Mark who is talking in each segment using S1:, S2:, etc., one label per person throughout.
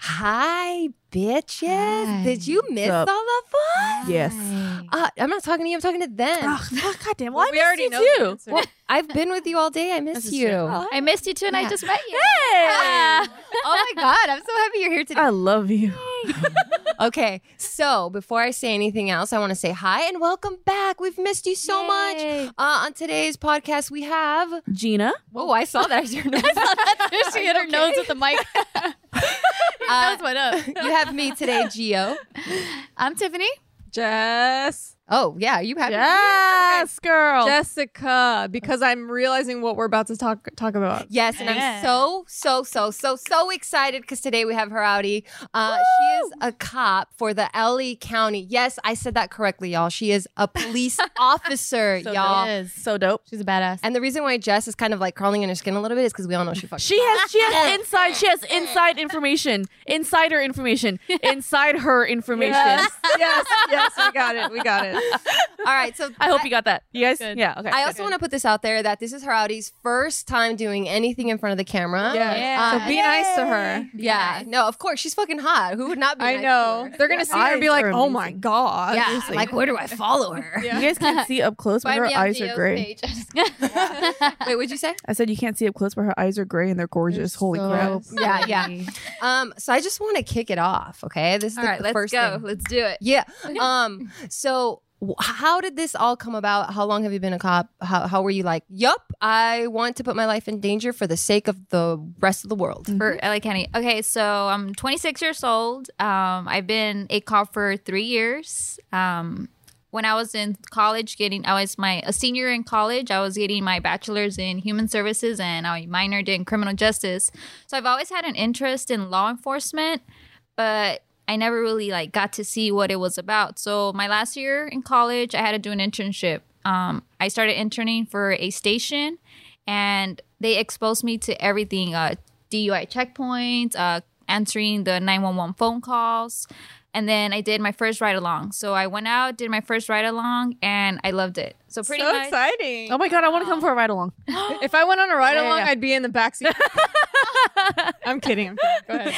S1: Hi, bitches. Did you miss
S2: Sup?
S1: all of us?
S2: Yes.
S1: Uh, I'm not talking to you. I'm talking to them.
S3: Oh, God damn. Well, I
S4: we
S3: missed
S4: already
S3: you
S4: know
S3: too.
S4: the answer.
S1: Well, I've been with you all day. I miss
S4: is
S1: you.
S4: true.
S1: Oh
S5: I missed you too, and I
S1: Yeah.
S5: just met you. Ah.
S1: Oh my God. I'm so happy you're here today.
S2: I love you.
S1: okay. So before I say anything else, I want to say hi and welcome back. We've missed you so much.
S5: Yay.
S1: Uh, on today's podcast, we have.
S2: Gina.
S1: Oh, I saw that. I turned around.
S5: she hit her nose with the mic.
S1: Uh,
S5: nose went up.
S1: you have me today, Gio.
S5: I'm Tiffany.
S4: Jess,
S1: Oh, yeah. You have
S2: Yes, girl.
S4: Jessica, because I'm realizing what we're about to talk talk about.
S1: Yes, and
S5: Yeah.
S1: I'm so, so, so, so, so excited because today we have her Howdy. Uh, she is a cop for the LA County. Yes, I said that correctly, y'all. She is a police officer, y'all.
S5: Yes.
S2: So dope.
S5: She's a badass.
S1: And the reason why Jess is kind of like crawling in her skin a little bit is because we all know she fucking.
S2: She has she has inside she has inside information, insider information, inside her information.
S4: Yes, yes, yes, we got it. We got it.
S1: all right, so
S2: I hope you got that. You guys,
S5: Good.
S2: yeah, okay.
S1: I also want to put this out there that this is her Howdy's first time doing anything in front of the camera.
S4: Yes.
S5: Yeah.
S4: So be nice to her.
S1: Yeah, no, of course she's fucking hot. Who would not be?
S4: I
S1: nice to
S4: know.
S1: her?
S4: They're going to see her and be like,
S2: Eyes are
S4: oh my
S2: amazing.
S4: God.
S1: Yeah,
S4: Obviously.
S1: like where do I follow her?
S4: Yeah.
S2: you guys can't see up close, but her eyes are gray.
S1: Wait, what'd you say?
S2: I said you can't see up close, but her eyes are gray and they're gorgeous. Holy crap.
S1: Yeah, yeah. Um, so I just want to kick it off. Okay, this is
S5: Mm-hmm. All
S1: like,
S5: right,
S1: the
S5: let's
S1: first
S5: go.
S1: thing.
S5: Let's do it.
S1: Yeah. Um. So wh- how did this all come about? How long have you been a cop? How how were you like? Yup, I want to put my life in danger for the sake of the rest of the world.
S5: For LA County. Okay, so I'm 26 years old. Um, I've been a cop for three years. Um, when I was in college, getting I was my a senior in college. I was getting my bachelor's in human services, and I minored in criminal justice. So I've always had an interest in law enforcement, but I never really like got to see what it was about. So my last year in college, I had to do an internship. Um, I started interning for a station, and they exposed me to everything: uh, DUI checkpoints, uh, answering the nine one one phone calls, and then I did my first ride along. So I went out, did my first ride along, and I loved it. So pretty
S4: so
S5: much,
S4: exciting.
S2: Oh my god, I want to come for a ride along.
S4: If I went on a ride
S2: Yeah, yeah,
S4: along,
S2: yeah.
S4: I'd be in the backseat. I'm kidding. I'm kidding. Go ahead.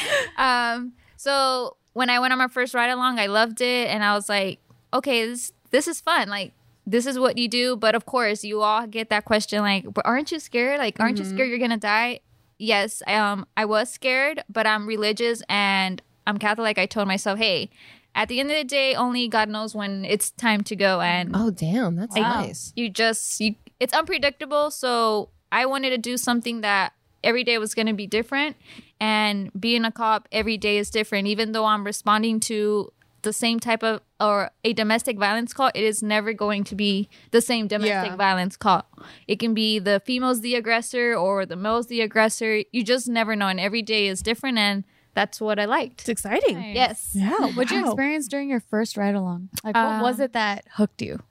S5: um so when i went on my first ride along i loved it and i was like okay this this is fun like this is what you do but of course you all get that question like but aren't you scared like aren't you scared you're gonna die yes um i was scared but i'm religious and i'm catholic i told myself hey at the end of the day only god knows when it's time to go and
S1: Oh damn, that's
S5: Wow.
S1: nice.
S5: you just you it's unpredictable so i wanted to do something that every day was going to be different and being a cop every day is different even though i'm responding to the same type of or a domestic violence call it is never going to be the same domestic
S4: Yeah.
S5: violence call it can be the female's the aggressor or the male's the aggressor you just never know and every day is different and that's what i liked
S2: It's exciting.
S5: yes
S2: Yeah.
S3: What'd you
S2: wow.
S3: experience during your first ride along? Like,
S5: Uh,
S3: what was it that hooked you?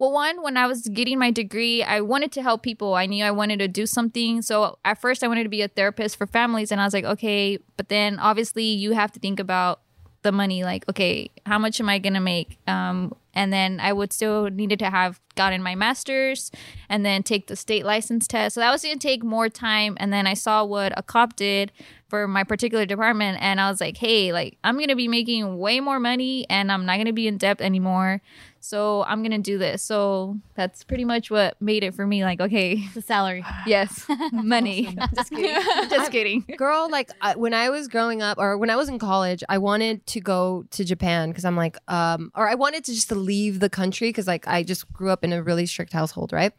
S5: Well, one, when I was getting my degree, I wanted to help people. I knew I wanted to do something. So at first, I wanted to be a therapist for families. And I was like, okay. But then obviously, you have to think about the money like, okay, how much am I going to make? Um, and then I would still needed to have gotten my master's and then take the state license test. So that was going to take more time. And then I saw what a cop did for my particular department. And I was like, hey, like, I'm going to be making way more money and I'm not going to be in debt anymore. So I'm gonna do this. So that's pretty much what made it for me. Like, okay,
S3: The salary.
S5: yes, money. just kidding. Just kidding.
S1: Girl, like I, when I was growing up, or when I was in college, I wanted to go to Japan because I'm like, um, or I wanted to just leave the country because like I just grew up in a really strict household, right?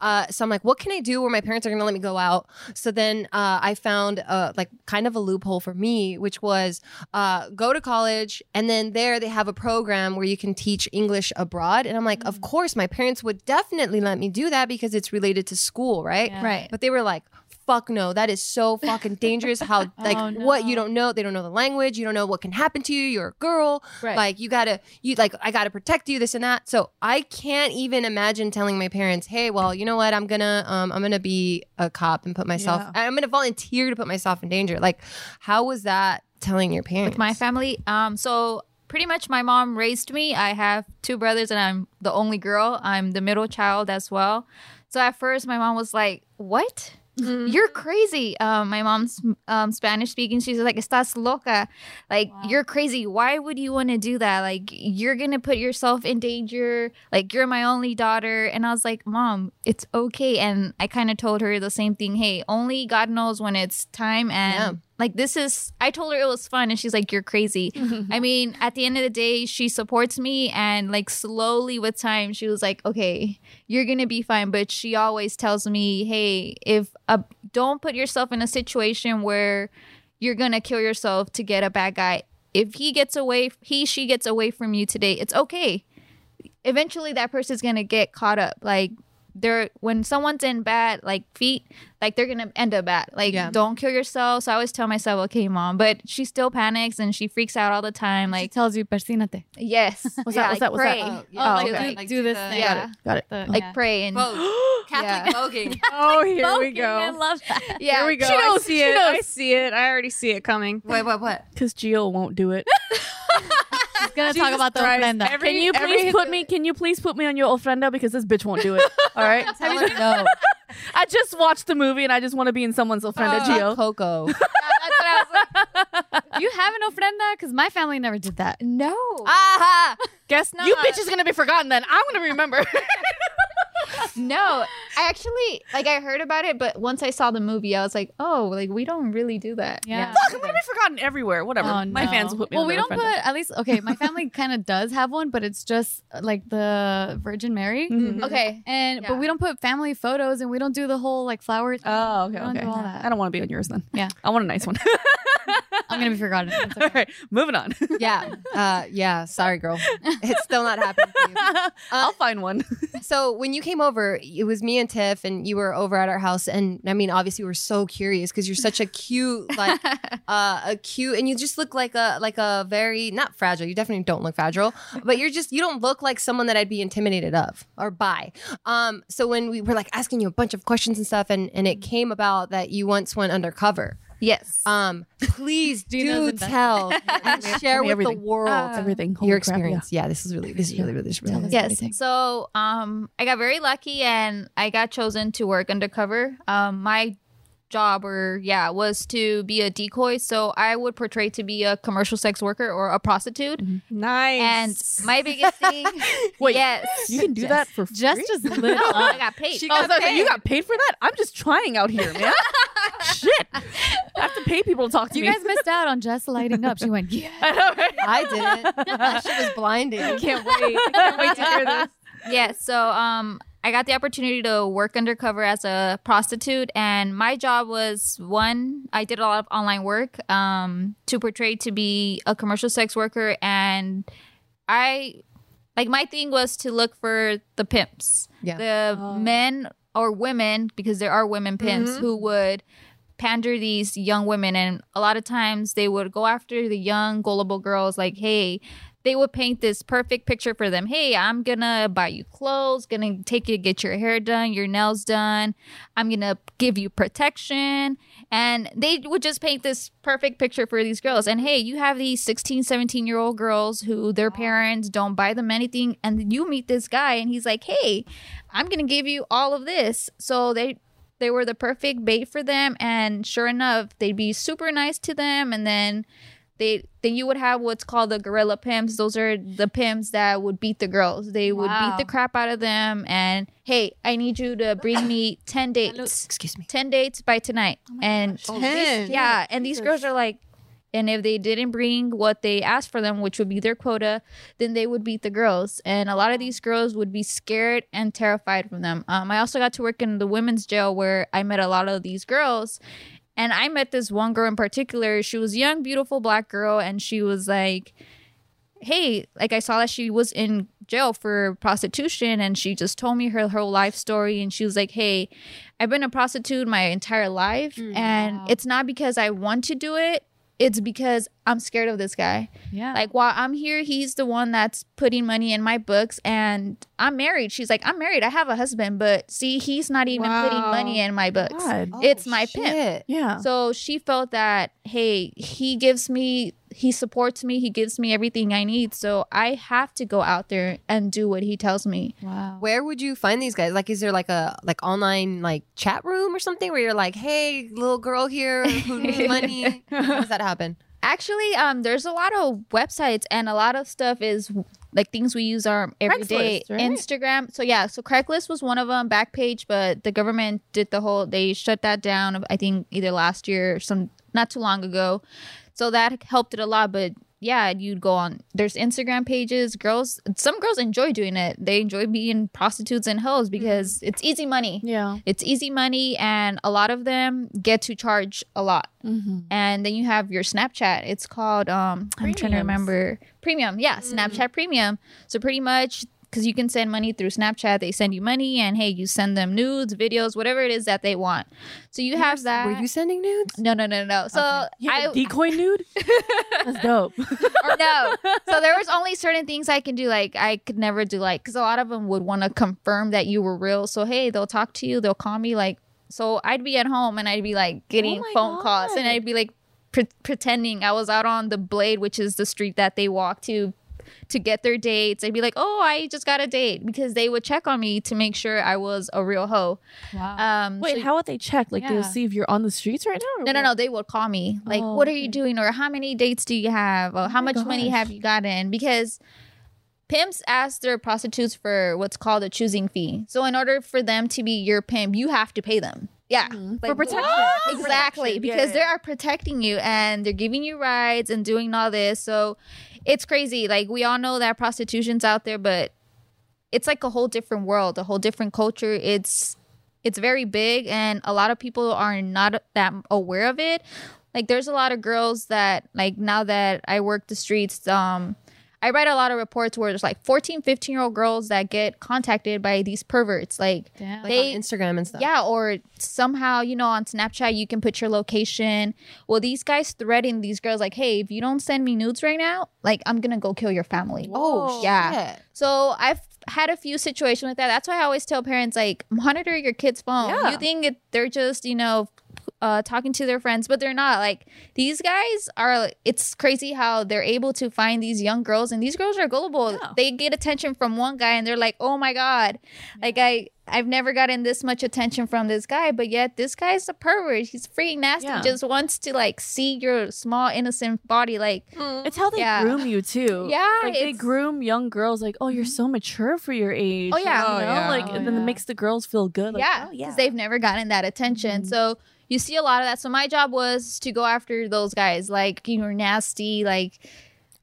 S1: Uh, so I'm like, what can I do where my parents are gonna let me go out? So then uh, I found uh, like kind of a loophole for me, which was uh, go to college, and then there they have a program where you can teach English abroad, and I'm like,
S5: Mm.
S1: of course, my parents would definitely let me do that because it's related to school, right?
S5: Right.
S1: But they were like, fuck no, that is so fucking dangerous. How, like,
S5: Oh,
S1: what you don't know, they don't know the language, you don't know what can happen to you, you're a girl.
S5: Right.
S1: Like, you gotta, you, like, I gotta protect you, this and that. So I can't even imagine telling my parents, hey, well, you know what, I'm gonna, um, I'm gonna be a cop and put myself, I'm gonna volunteer to put myself in danger. Like, how was that telling your parents?
S5: my family. Um, so pretty much my mom raised me. I have two brothers and I'm the only girl. I'm the middle child as well. So at first my mom was like, What?
S4: Mm-hmm.
S2: Mm-hmm.
S5: you're crazy. Um, my mom's um, Spanish speaking. She's like, estás loca. Like, you're crazy. Why would you want to do that? Like, you're going to put yourself in danger. Like, you're my only daughter. And I was like, mom, it's okay. And I kind of told her the same thing. Hey, only God knows when it's time. And like, this is, I told her it was fun. And she's like, you're crazy. I mean, at the end of the day, she supports me. And like, slowly with time, she was like, okay, you're gonna be fine but she always tells me hey if a, don't put yourself in a situation where you're gonna kill yourself to get a bad guy if he gets away he she gets away from you today it's okay eventually that person's gonna get caught up like they're when someone's in bad like feet like they're gonna end up bad like
S1: Yeah.
S5: don't kill yourself so i always tell myself okay mom but she still panics and she freaks out all the time
S3: She
S5: like
S3: tells you, persínate.
S5: yes
S2: What's that? What's that? What's that?
S5: pray.
S1: Oh,
S2: yeah.
S1: yeah.
S2: Oh,
S1: Do
S2: okay.
S1: the- like,
S3: Do
S1: do
S3: this
S1: the-
S3: thing.
S5: yeah
S2: Got it.
S5: like pray and
S4: Oh,
S5: Yeah.
S4: Catholic voguing.
S2: Oh, here we
S3: I
S2: go.
S3: love that.
S5: yeah
S4: Here we go.
S2: She knows,
S4: I see
S2: she
S4: it. I
S2: knows.
S4: see it. I already see it coming.
S1: Wait, what, what?
S2: Because Gio won't do it.
S3: She's gonna talk about the
S4: Christ.
S3: ofrenda.
S4: Every-
S2: Can you please
S4: every-
S2: put me? Can you please put me on your ofrenda because this bitch won't do it. All right.
S3: Tell her no.
S2: I just watched the movie and I just want to be in someone's ofrenda,
S3: Uh,
S2: Gio.
S1: Uh, Coco.
S3: Do you have an ofrenda? Because my family never did that.
S5: no
S3: Ah,
S5: guess not
S2: You bitch is gonna be forgotten. Then I'm gonna remember.
S5: No, I actually like I heard about it, but once I saw the movie, I was like, oh, like we don't really do that.
S3: Yeah.
S2: Fuck, I'm gonna be forgotten everywhere. Whatever.
S3: Oh,
S2: My
S3: no.
S2: fans will put me.
S3: Well,
S2: on
S3: we
S2: their
S3: don't
S2: ofrenda.
S3: put at least. Okay, my family kind of does have one, but it's just uh, like the Virgin Mary.
S2: Mm-hmm.
S5: Okay.
S3: And but
S5: Yeah.
S3: we don't put family photos, and we don't do the whole like flower. thing.
S2: Oh, okay,
S3: We don't
S2: okay.
S3: do all that.
S2: I don't want to be on yours then.
S3: Yeah.
S2: I want a nice one.
S3: I'm gonna be forgotten. It's
S2: all
S3: okay.
S2: right, moving on.
S1: yeah. Uh, yeah. Sorry, girl. It's still not happening for you.
S2: I'll find one.
S1: So when you came over, it was me and Tiff, and you were over at our house, and I mean, obviously, we are so curious because you're such a cute, like, uh, a cute, and you just look like a like a very not fragile. You definitely don't look fragile, but you're just you don't look like someone that I'd be intimidated of or by. Um, so when we were like asking you a bunch of questions and stuff, and and it came about that you once went undercover.
S5: Yes.
S1: Um, please do
S3: Dino's invested.
S1: tell Ah. and share with the
S2: everything.
S1: world
S2: Oh, Everything.
S1: your experience. Yeah, this is really this is really really, this is really
S5: yes.
S3: everything.
S5: So um I got very lucky and I got chosen to work undercover. Um my job or yeah was to be a decoy so i would portray to be a commercial sex worker or a prostitute
S4: Nice.
S5: and my biggest thing
S2: Wait,
S5: yes
S2: You can do that for free.
S3: Just as little.
S5: no i got paid Oh,
S2: I was like, Oh, you got paid for that? I'm just trying out here, man. Shit. I have to pay people to talk to
S3: You
S2: me.
S3: guys missed out on Jess lighting up. She went, yeah.
S1: I didn't. That shit was blinding.
S2: can't wait. I can't wait to hear this.
S5: yeah so um i got the opportunity to work undercover as a prostitute and my job was one i did a lot of online work um to portray to be a commercial sex worker and i like my thing was to look for the pimps
S1: Yeah.
S5: the men or women because there are women pimps who would pander these young women and a lot of times they would go after the young gullible girls like hey they would paint this perfect picture for them hey i'm gonna buy you clothes gonna take you to get your hair done your nails done i'm gonna give you protection and they would just paint this perfect picture for these girls and hey you have these 16 17 year old girls who their parents don't buy them anything and you meet this guy and he's like hey i'm gonna give you all of this so they they were the perfect bait for them and sure enough they'd be super nice to them and then they then you would have what's called the gorilla pimps those are the pimps that would beat the girls they would
S3: Wow.
S5: beat the crap out of them and hey i need you to bring me 10 dates
S1: Excuse me. Oh,
S5: 10 dates by tonight and
S4: Ten.
S5: yeah and these girls are like and if they didn't bring what they asked for them which would be their quota then they would beat the girls and a lot of these girls would be scared and terrified from them um, i also got to work in the women's jail where i met a lot of these girls and i met this one girl in particular she was a young beautiful black girl and she was like hey, like I saw that she was in jail for prostitution and she just told me her whole life story and she was like, "Hey, I've been a prostitute my entire life and it's not because I want to do it, it's because I'm scared of this guy."
S3: Yeah.
S5: Like while I'm here, he's the one that's putting money in my books and I'm married. She's like, "I'm married. I have a husband, but see, he's not even putting
S4: Wow.
S5: money in my books.
S2: God.
S5: it's my pimp."
S2: Yeah.
S5: So she felt that, hey, he gives me he supports me. He gives me everything I need. So I have to go out there and do what he tells me.
S3: Wow.
S1: Where would you find these guys? Like, is there like a like online like chat room or something where you're like, hey, little girl here, who needs money? How does that happen?
S5: Actually, um, there's a lot of websites and a lot of stuff is like things we use our everyday
S2: Craigslist, right?
S5: Instagram. So yeah, so Craigslist was one of them, Backpage, but the government did the whole they shut that down. I think either last year or some not too long ago. So that helped it a lot, but yeah, you'd go on. There's Instagram pages. Girls, some girls enjoy doing it. They enjoy being prostitutes and
S2: Mm-hmm.
S5: hoes because it's easy money.
S2: Yeah.
S5: It's easy money, and a lot of them get to charge a lot.
S2: Mm-hmm.
S5: And then you have your Snapchat. It's called um, I'm trying
S2: Premiums.
S5: to remember premium. Yeah, Snapchat premium. So pretty much because you can send money through Snapchat, they send you money, and hey, you send them nudes, videos, whatever it is that they want. So you have that.
S1: Were you sending nudes?
S5: no, no, no, no. So
S2: You had a
S5: I
S2: decoy nude? That's dope.
S5: or no. So there was only certain things I can do. Like I could never do like because a lot of them would want to confirm that you were real. So hey, they'll talk to you. They'll call me like. So I'd be at home and I'd be like getting
S2: Oh my
S5: phone calls and
S2: God.
S5: I'd be like pre- pretending I was out on the blade, which is the street that they walk to to get their dates. I'd be like, oh, I just got a date because they would check on me to make sure I was a real hoe.
S3: Wow.
S5: Um,
S2: Wait,
S5: so-
S2: how would they check? Like,
S3: Yeah.
S2: they'll see if you're on the streets right now? or
S5: no, no,
S2: what?
S5: no. They will call me. Like,
S2: Oh,
S5: what are you doing? Or how many dates do you have? Or how
S2: my
S5: much money
S2: gosh.
S5: have you gotten? Because pimps ask their prostitutes for what's called a choosing fee. So, in order for them to be your pimp, you have to pay them. Yeah. Like,
S2: Mm-hmm. For protection.
S5: what?
S2: For
S5: Exactly.
S2: protection. Yeah,
S5: Because
S2: yeah,
S5: they
S2: yeah.
S5: are protecting you and they're giving you rides and doing all this. So, it's crazy. Like, we all know that prostitution's out there, but it's like a whole different world, a whole different culture. It's it's very big and a lot of people are not that aware of it. Like there's a lot of girls that like now that I work the streets um I write a lot of reports where there's like 14, 15 year old girls that get contacted by these perverts. Like
S3: Damn.
S1: Like
S5: They-
S1: on Instagram and stuff.
S5: yeah, or somehow, you know, on Snapchat, you can put your location. Well, these guys threaten these girls, like, hey, if you don't send me nudes right now, like, I'm going to go kill your family.
S1: Oh,
S5: yeah.
S1: shit.
S5: So I've had a few situations with that. That's why I always tell parents, like, monitor your kid's phone.
S2: Yeah.
S5: You think it, they're just, you know, uh, talking to their friends, but they're not. Like, these guys are, it's crazy how they're able to find these young girls, and these girls are gullible.
S2: Yeah.
S5: They get attention from one guy, and they're like, oh my God. Like I I've never gotten this much attention from this guy, but yet this guy's a pervert. He's freaking nasty.
S2: Yeah.
S5: Just wants to like see your small innocent body. Like
S2: It's how they
S5: Yeah.
S2: groom you, too.
S5: Yeah,
S2: Like, they
S5: it's- Mm-hmm.
S2: groom young girls, like, oh, you're so mature for your age.
S5: Oh, yeah.
S2: You
S5: Oh,
S2: know?
S4: yeah.
S2: Like,
S3: Oh,
S2: and then it
S3: yeah.
S2: makes the girls feel good. Like,
S5: yeah, Mm-hmm.
S2: oh,
S5: because they've never gotten that attention. So you see a lot of that. So my job was to go after those guys. Like you were nasty. Like,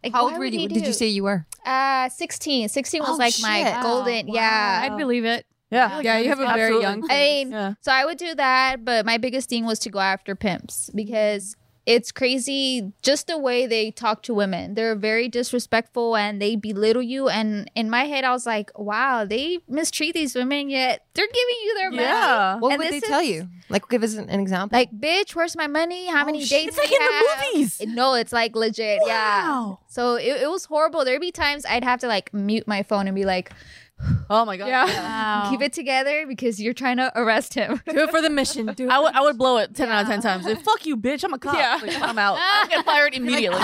S5: like
S1: How
S5: why
S1: old were
S5: would
S1: you?
S5: he
S1: Did
S5: do-
S1: you say you were?
S5: uh 16? 16 was
S1: Oh,
S5: like my
S1: shit.
S5: golden.
S3: Wow.
S5: Yeah,
S3: I'd believe it.
S2: Yeah.
S4: Yeah, you have a very
S2: Absolutely.
S4: young.
S5: I mean,
S2: Yeah.
S5: so I would do that, but my biggest thing was to go after pimps because it's crazy just the way they talk to women. They're very disrespectful and they belittle you. And in my head, I was like, wow, they mistreat these women, yet they're giving you their money.
S2: Yeah.
S1: What
S5: And
S1: would they
S5: this
S1: tell
S5: is-
S1: you? Like, give us an, an example.
S5: Like, bitch, where's my money? How many
S2: Oh, shit.
S5: dates
S2: It's like
S5: do you
S2: in the
S5: have?"
S2: movies.
S5: No, it's like legit. Yeah.
S2: Wow.
S5: So it, it was horrible. There'd be times I'd have to like mute my phone and be like,
S2: Oh, my God.
S4: Yeah.
S3: Wow.
S2: Oh.
S5: keep it together because you're trying to arrest him.
S4: Do it for the mission. Do it.
S2: I would I would blow it ten out of ten times. Like, Fuck you, bitch! I'm a cop.
S4: Yeah.
S2: Like, I'm out. I'm getting fired immediately.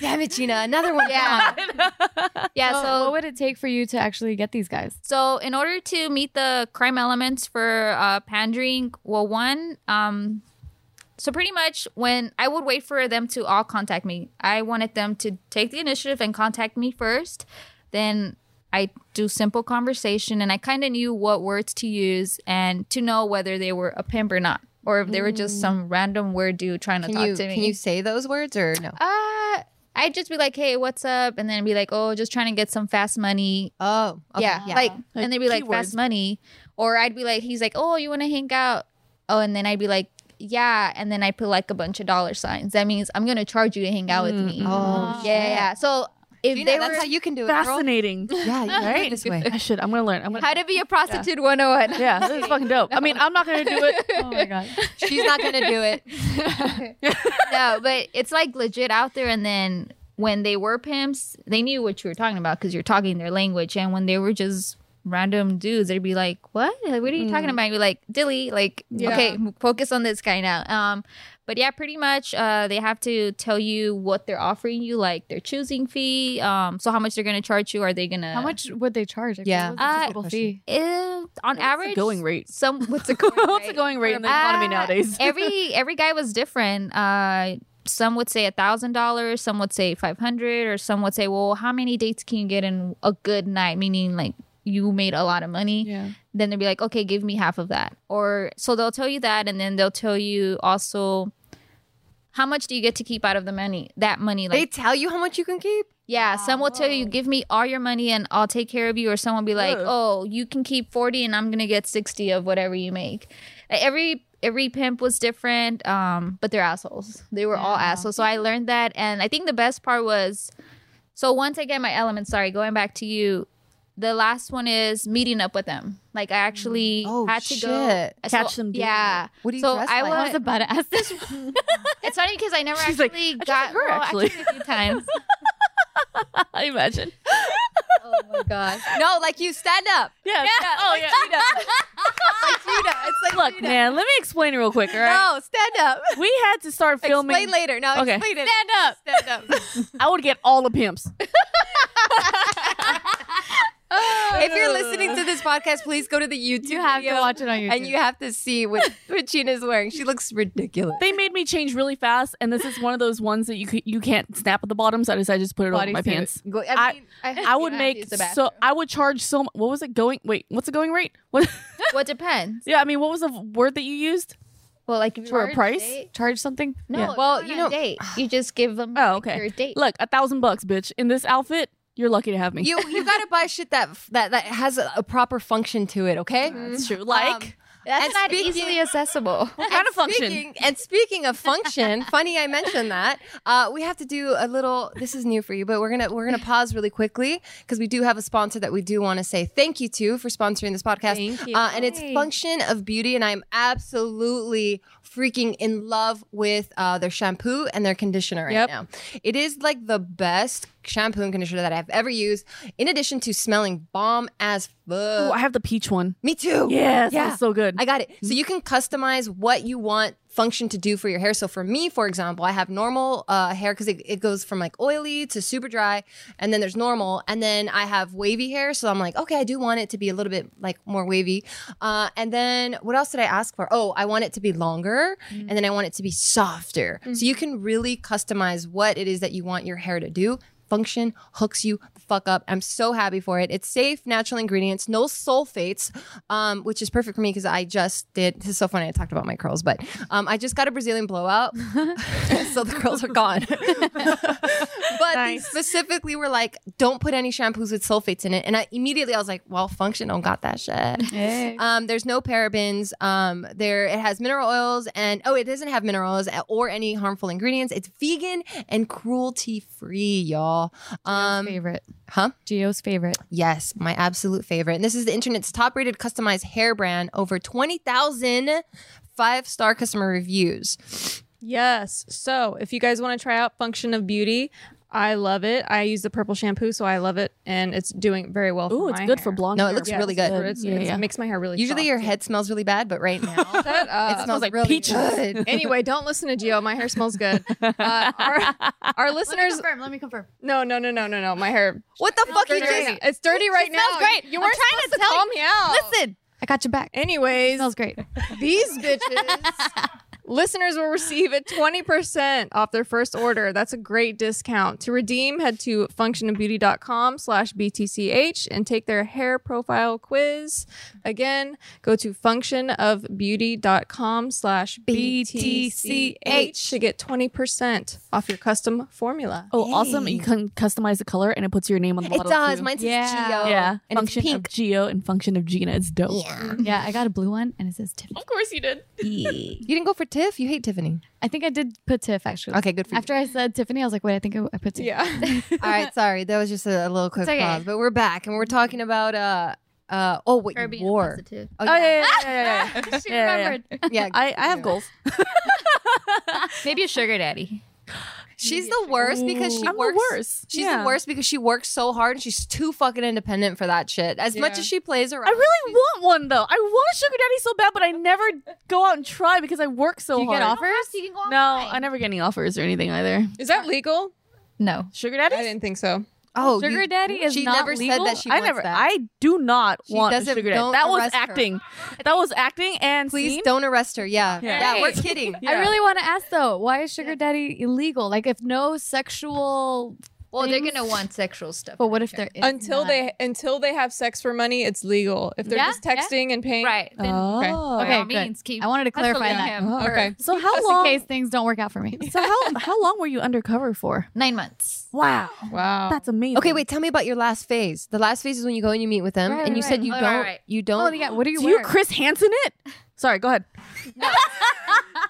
S1: Damn it, Gina, another one.
S5: Yeah. yeah.
S3: So,
S5: So
S2: Oh,
S3: what would it take for you to actually get these guys?
S5: So, in order to meet the crime elements for uh, pandering, well, one, um, so pretty much when I would wait for them to all contact me, I wanted them to take the initiative and contact me first. Then I do simple conversation, and I kind of knew what words to use and to know whether they were a pimp or not, or if they were just some random weird dude trying to
S1: Mm. Can
S5: talk
S1: you
S5: to me.
S1: can you say those words or no?
S5: uh, I'd just be like, "Hey, what's up?" and then be like, "Oh, just trying to get some fast money."
S1: Oh, okay,
S5: yeah,
S1: yeah.
S5: Like,
S2: Like,
S5: and they'd be like,
S2: keywords.
S5: fast money. Or I'd be like, he's like, oh, you want to hang out? Oh, and then I'd be like, yeah. And then I put like a bunch of dollar signs. That means I'm going to charge you to hang out with me.
S1: oh,
S5: yeah, yeah, yeah. So if
S1: Gina,
S5: they
S1: that's
S5: were
S1: how you can do it. girl.
S2: Fascinating.
S1: Yeah, you can do it this way.
S2: I should. I'm gonna learn. I'm gonna.
S5: how to be a prostitute 101.
S2: Yeah, this is fucking dope. I mean, I'm not gonna do it.
S3: Oh my god.
S1: She's not gonna do it.
S5: no, but it's like legit out there. And then when they were pimps, they knew what you were talking about because you're talking their language. And when they were just random dudes, they'd be
S2: Mm.
S5: like, "What? Like, what are you talking about?" You're like, "Dilly, like, okay, m- focus on this guy now." Um, But yeah, pretty much uh, they have to tell you what they're offering you, like their choosing fee. Um, so how much they're gonna charge you? Are they gonna
S3: How much would they charge? if it
S1: Yeah.
S3: was a
S5: Uh,
S3: typical fee?
S5: Eh, on average,
S2: going rate?
S5: Some what's a going
S2: What's the
S5: rate?
S2: going rate in the
S5: Uh,
S2: economy nowadays?
S5: every every guy was different. Uh, some would say a thousand dollars, some would say five hundred, or some would say, well, how many dates can you get in a good night? Meaning like you made a lot of money.
S3: Yeah.
S5: Then they'd be like, okay, give me half of that. Or so they'll tell you that, and then they'll tell you also. How much do you get to keep out of the money? That money, like
S1: They tell you how much you can keep.
S5: yeah, some will tell you, give me all your money and I'll take care of you. Or someone will be like,
S2: Ugh.
S5: oh, you can keep 40 and I'm going to get 60 of whatever you make. Like, Every every pimp was different, um, but they're assholes. They were all assholes. So I learned that. And I think the best part was so once I get my element, sorry, going back to you, the last one is meeting up with them. Like I actually
S1: Oh,
S5: had to go
S1: shit.
S5: so-
S2: Catch them doing
S5: Yeah.
S1: What do you
S5: so
S1: dress
S5: I
S1: like?
S5: was
S3: I was about to ask this.
S5: it's funny because I never
S2: She's like,
S5: actually
S2: "I dress
S5: got
S2: like her,
S5: well,
S2: actually."
S5: a few times.
S2: I imagine.
S1: Oh my gosh. no, like you stand up.
S2: Yeah. yeah. Oh yeah.
S1: It's like Judah. It's like
S2: Look, man. Let me explain real quick. All right.
S1: no, stand up.
S2: We had to start filming.
S1: Explain later. No,
S2: Okay.
S1: explain it. Stand up. Stand up.
S2: I would get all the pimps.
S1: if you're listening to this podcast, please go to the YouTube.
S3: You have to
S1: video
S3: watch it on YouTube.
S1: And you have to see what what Gina's wearing. She looks ridiculous.
S2: They made me change really fast, and this is one of those ones that you c- you can't snap at the bottom. So I decided to just put it over my
S3: Bodysuit.
S2: pants.
S1: Go-
S2: I-
S1: I,
S2: I would make so I would charge so. mu- What was it going? Wait, what's the going rate? What?
S5: Well, it depends.
S2: yeah, I mean, what was the word that you used?
S5: Well, like if you
S2: For a
S5: were on
S2: price?
S5: date-
S3: Charge something?
S5: No,
S2: Yeah.
S5: well,
S1: not
S5: you
S1: a
S5: know, date. You just give them
S2: Oh,
S5: like,
S2: okay.
S5: your date.
S2: Look, a thousand bucks, bitch. In this outfit, you're lucky to have me.
S1: you you gotta buy shit that that that has a, a proper function to it. Okay.
S2: It's true. Like,
S1: Um,
S5: that's
S1: and
S5: not
S1: speaking-
S5: easily accessible.
S2: what kind of function?
S1: Speaking, and speaking of function, funny I mentioned that. Uh, we have to do a little. This is new for you, but we're gonna we're gonna pause really quickly because we do have a sponsor that we do want to say thank you to for sponsoring this podcast.
S3: Thank you.
S1: Uh, and it's Function of Beauty, and I'm absolutely freaking in love with uh, their shampoo and their conditioner right
S2: Yep.
S1: now. It is like the best shampoo and conditioner that I've ever used. In addition to smelling bomb as fuck.
S2: Ooh, I have the peach one.
S1: Me too.
S2: Yes, yeah,
S1: Yeah.
S2: that's so good. Mm-hmm.
S1: I got it. So you can customize what you want function to do for your hair. So for me, for example, I have normal uh, hair because it, it goes from like oily to super dry, and then there's normal, and then I have wavy hair. So I'm like, okay, I do want it to be a little bit like more wavy. Uh, and then what else did I ask for? Oh, I want it to be longer,
S2: Mm-hmm.
S1: and then I want it to be softer. So you can really customize what it is that you want your hair to do function hooks you the fuck up. I'm so happy for it. It's safe, natural ingredients, no sulfates, um, which is perfect for me because I just did. This is so funny. I talked about my curls, but um, I just got a Brazilian blowout, so the curls are gone. but
S2: Nice.
S1: they specifically were like, don't put any shampoos with sulfates in it. And I immediately I was like, well, function don't got that shit.
S3: Hey.
S1: Um, there's no parabens. Um, there it has mineral oils and oh, it doesn't have minerals or any harmful ingredients. It's vegan and cruelty free, y'all. Um,
S3: favorite.
S1: huh?
S3: Geo's favorite.
S1: Yes, my absolute favorite. And this is the internet's top rated customized hair brand. Over 20,000 five star customer reviews.
S4: Yes. So if you guys want to try out Function of Beauty, I love it. I use the purple shampoo, so I love it, and it's doing very well.
S2: Ooh,
S4: for
S2: it's
S4: my
S2: good
S4: hair.
S2: for blonde.
S1: No, it
S2: hair.
S1: looks
S4: Yeah,
S1: really
S4: it's
S1: good.
S4: It's,
S2: Yeah,
S4: it's-
S2: yeah.
S4: It makes my hair really.
S1: Usually
S4: soft.
S1: your head smells really bad, but right now it
S4: Shut up.
S1: smells
S2: like
S1: really
S2: peaches.
S1: good.
S4: Anyway, don't listen to Gio. My hair smells good. Uh, our, our listeners,
S3: confirm. Let me confirm.
S4: no, no, no, no, no, no. My hair,
S1: What the fuck you
S4: dirty.
S1: just
S4: it's dirty right now.
S3: smells great.
S4: You
S3: I'm
S4: weren't
S3: trying
S4: supposed
S3: to
S4: to,
S3: tell
S4: call me out.
S3: Listen, I got your back.
S4: Anyways,
S3: smells great.
S4: these bitches listeners will receive a 20% off their first order that's a great discount to redeem head to functionofbeauty.com slash btch and take their hair profile quiz again go to functionofbeauty.com slash btch to get 20% off your custom formula
S2: Oh, awesome! You can customize the color, and it puts your name on the
S1: It
S2: bottle.
S1: does.
S2: too.
S1: Mine says
S3: Yeah.
S1: Geo.
S2: yeah,
S1: And it's
S2: function
S1: pink.
S2: of Geo and function of Gina. It's dope.
S1: Yeah.
S3: Yeah, I got a blue one and it says Tiffany.
S2: Of course you did. E.
S1: You didn't go for Tiff? You hate Tiffany.
S3: I think I did put Tiff actually.
S1: Okay, good for you.
S3: After I said Tiffany, I was like, wait, I think I, I put Tiff.
S4: yeah
S1: All right, sorry. That was just a, a little quick
S5: It's okay.
S1: pause. But we're back and we're talking about uh uh oh wait, you wore.
S2: Oh yeah, yeah, yeah, yeah, yeah.
S5: She
S2: Yeah, yeah, yeah.
S5: remembered.
S1: yeah.
S2: I, I have goals.
S5: Maybe a sugar daddy.
S1: She's the worst because she
S2: I'm
S1: works.
S2: the worst.
S1: She's
S2: Yeah.
S1: the worst because she works so hard and she's too fucking independent for that shit. As much
S3: Yeah.
S1: as she plays around,
S2: I really want one though. I want a sugar daddy so bad, but I never go out and try because I work so
S3: Do you
S2: hard.
S3: get offers?
S5: You can go
S2: No,
S5: online.
S2: I never get any offers or anything either.
S4: Is that legal?
S5: No.
S2: Sugar
S4: I
S2: daddy?
S4: didn't think so.
S1: Oh,
S3: Sugar
S1: you-
S3: daddy is
S1: she
S3: not
S1: never
S3: legal?
S1: said that she
S2: I
S1: wants
S2: never.
S1: that.
S2: I do not
S1: She
S2: want a
S1: doesn't-
S2: sugar
S1: don't
S2: daddy. That was
S1: arrest her.
S2: acting. That was acting and
S1: Please
S2: scene.
S1: don't arrest her. Yeah,
S2: Yeah.
S1: yeah, we're
S5: Right.
S1: kidding.
S2: Yeah.
S3: I really want to ask though, why is sugar daddy illegal? Like, if no sexual,
S5: Well, they're
S3: Things-
S5: gonna want sexual stuff.
S3: but what if there is
S4: until
S3: none?
S4: they until they have sex for money, it's legal. If they're
S3: Yeah,
S4: just
S3: yeah.
S4: texting and paying,
S5: right? Then
S2: Oh.
S5: by
S3: Okay,
S5: all
S3: good.
S5: means, keep.
S3: I wanted to clarify
S5: hustling
S3: that.
S5: him.
S2: Oh.
S4: Okay.
S2: So how
S3: just
S2: long?
S3: in case things don't work out for me.
S2: So how how long were you undercover for?
S5: Nine months.
S2: Wow,
S4: Wow.
S2: that's amazing.
S1: Okay, wait. Tell me about your last phase. The last phase is when you go and you meet with them,
S3: Right,
S1: and you
S3: right,
S1: said
S3: right.
S1: you
S5: Oh,
S1: don't.
S5: right, right.
S1: You don't.
S3: Oh yeah, what do you
S2: Do
S3: wear?
S2: you Chris Hansen it? Sorry, go ahead.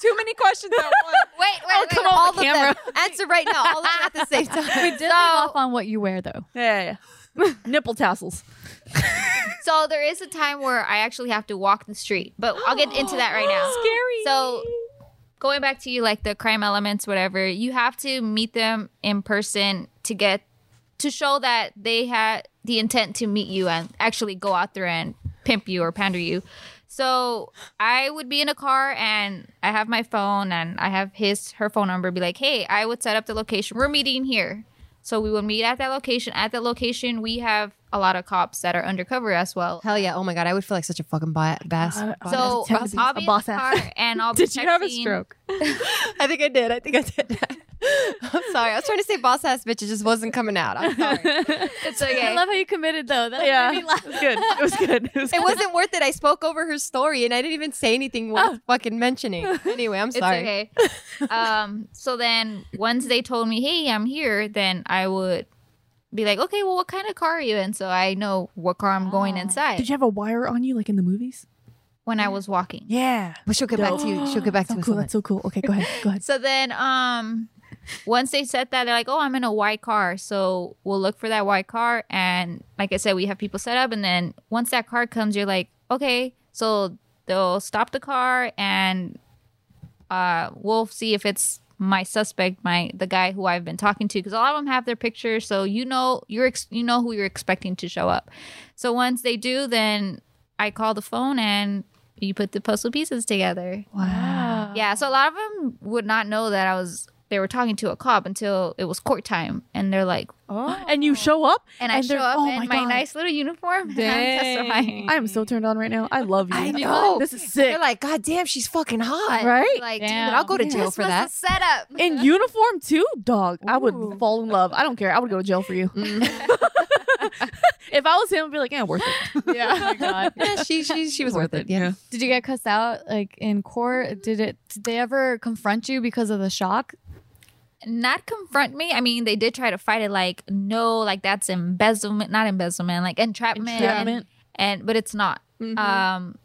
S4: Too many questions at once.
S5: Wait, wait, wait.
S1: Come on, all of them. Answer right now. All of them at the same time.
S3: we did leave off on what you wear though.
S2: Yeah, yeah, yeah. nipple tassels.
S5: So there is a time where I actually have to walk the street, but I'll get into that right now.
S2: Scary.
S5: So going back to you, like the crime elements, whatever, you have to meet them in person to get to show that they had the intent to meet you and actually go out there and pimp you or pander you. So I would be in a car and I have my phone and I have his her phone number. Be like, hey, I would set up the location. We're meeting here. So we would meet at that location. At that location, we have a lot of cops that are undercover as well.
S1: Hell yeah! Oh my god, I would feel like such a fucking bi- bass. uh,
S5: So I'll
S2: Texas,
S5: be
S2: a
S5: in the
S2: boss ass.
S5: car and I'll be
S4: Did you have a
S5: texting-
S4: stroke?
S1: I think I did. I think I did. I'm sorry. I was trying to say boss ass bitch. It just wasn't coming out. I'm sorry.
S5: It's okay.
S3: I love how you committed though. That
S2: Yeah,
S3: made
S2: it
S3: me laugh.
S2: was good. It was good. It was
S1: It
S2: good.
S1: wasn't worth it. I spoke over her story and I didn't even say anything worth fucking mentioning. Anyway, I'm sorry.
S5: It's okay. um, so then once they told me, "Hey, I'm here," then I would be like, "Okay, well, what kind of car are you in?" So I know what car I'm going inside
S2: Did you have a wire on you like in the movies?
S5: when I was walking.
S2: Yeah.
S1: But she'll get back to you. She'll get back to
S2: so
S1: us.
S2: cool.
S1: on
S2: That's
S1: it.
S2: so cool. Okay, go ahead. Go ahead.
S5: So then, um, once they said that, they're like, "Oh, I'm in a white car," so we'll look for that white car. And like I said, we have people set up, and then once that car comes, you're like, "Okay," so they'll stop the car, and uh, we'll see if it's my suspect, my the guy who I've been talking to, because a lot of them have their pictures, so you know you're ex- you know who you're expecting to show up. So once they do, then I call the phone and you put the puzzle pieces together.
S2: Wow.
S5: Yeah, so a lot of them would not know that I was. They were talking to a cop until it was court time, and they're like,
S2: And you show up,
S5: and I
S2: they're-
S5: show up
S2: oh
S5: in my,
S2: God.
S5: nice little uniform. and I'm testifying.
S4: Dang.
S2: I am so turned on right now. I love you.
S1: I know.
S2: This is
S1: They're
S2: sick,
S1: like, God damn, she's fucking hot.
S2: right?
S5: Like,
S3: Damn.
S1: But I'll go to jail
S5: this
S1: for
S5: was
S1: that.
S5: a setup.
S2: in uniform too, dog. I would fall in love. I don't care. I would go to jail for you.
S5: Mm.
S2: if I was him, I'd be like, yeah, worth it.
S3: Oh my god.
S1: yeah, she she she was worth it. Yeah.
S3: Did you get cussed out like in court? Did it? Did they ever confront you because of the shock?
S5: Not confront me. I mean, they did try to fight it. Like, no, like that's embezzlement, not embezzlement, like entrapment. and-
S2: Entrapment.
S5: And, but it's not. Um,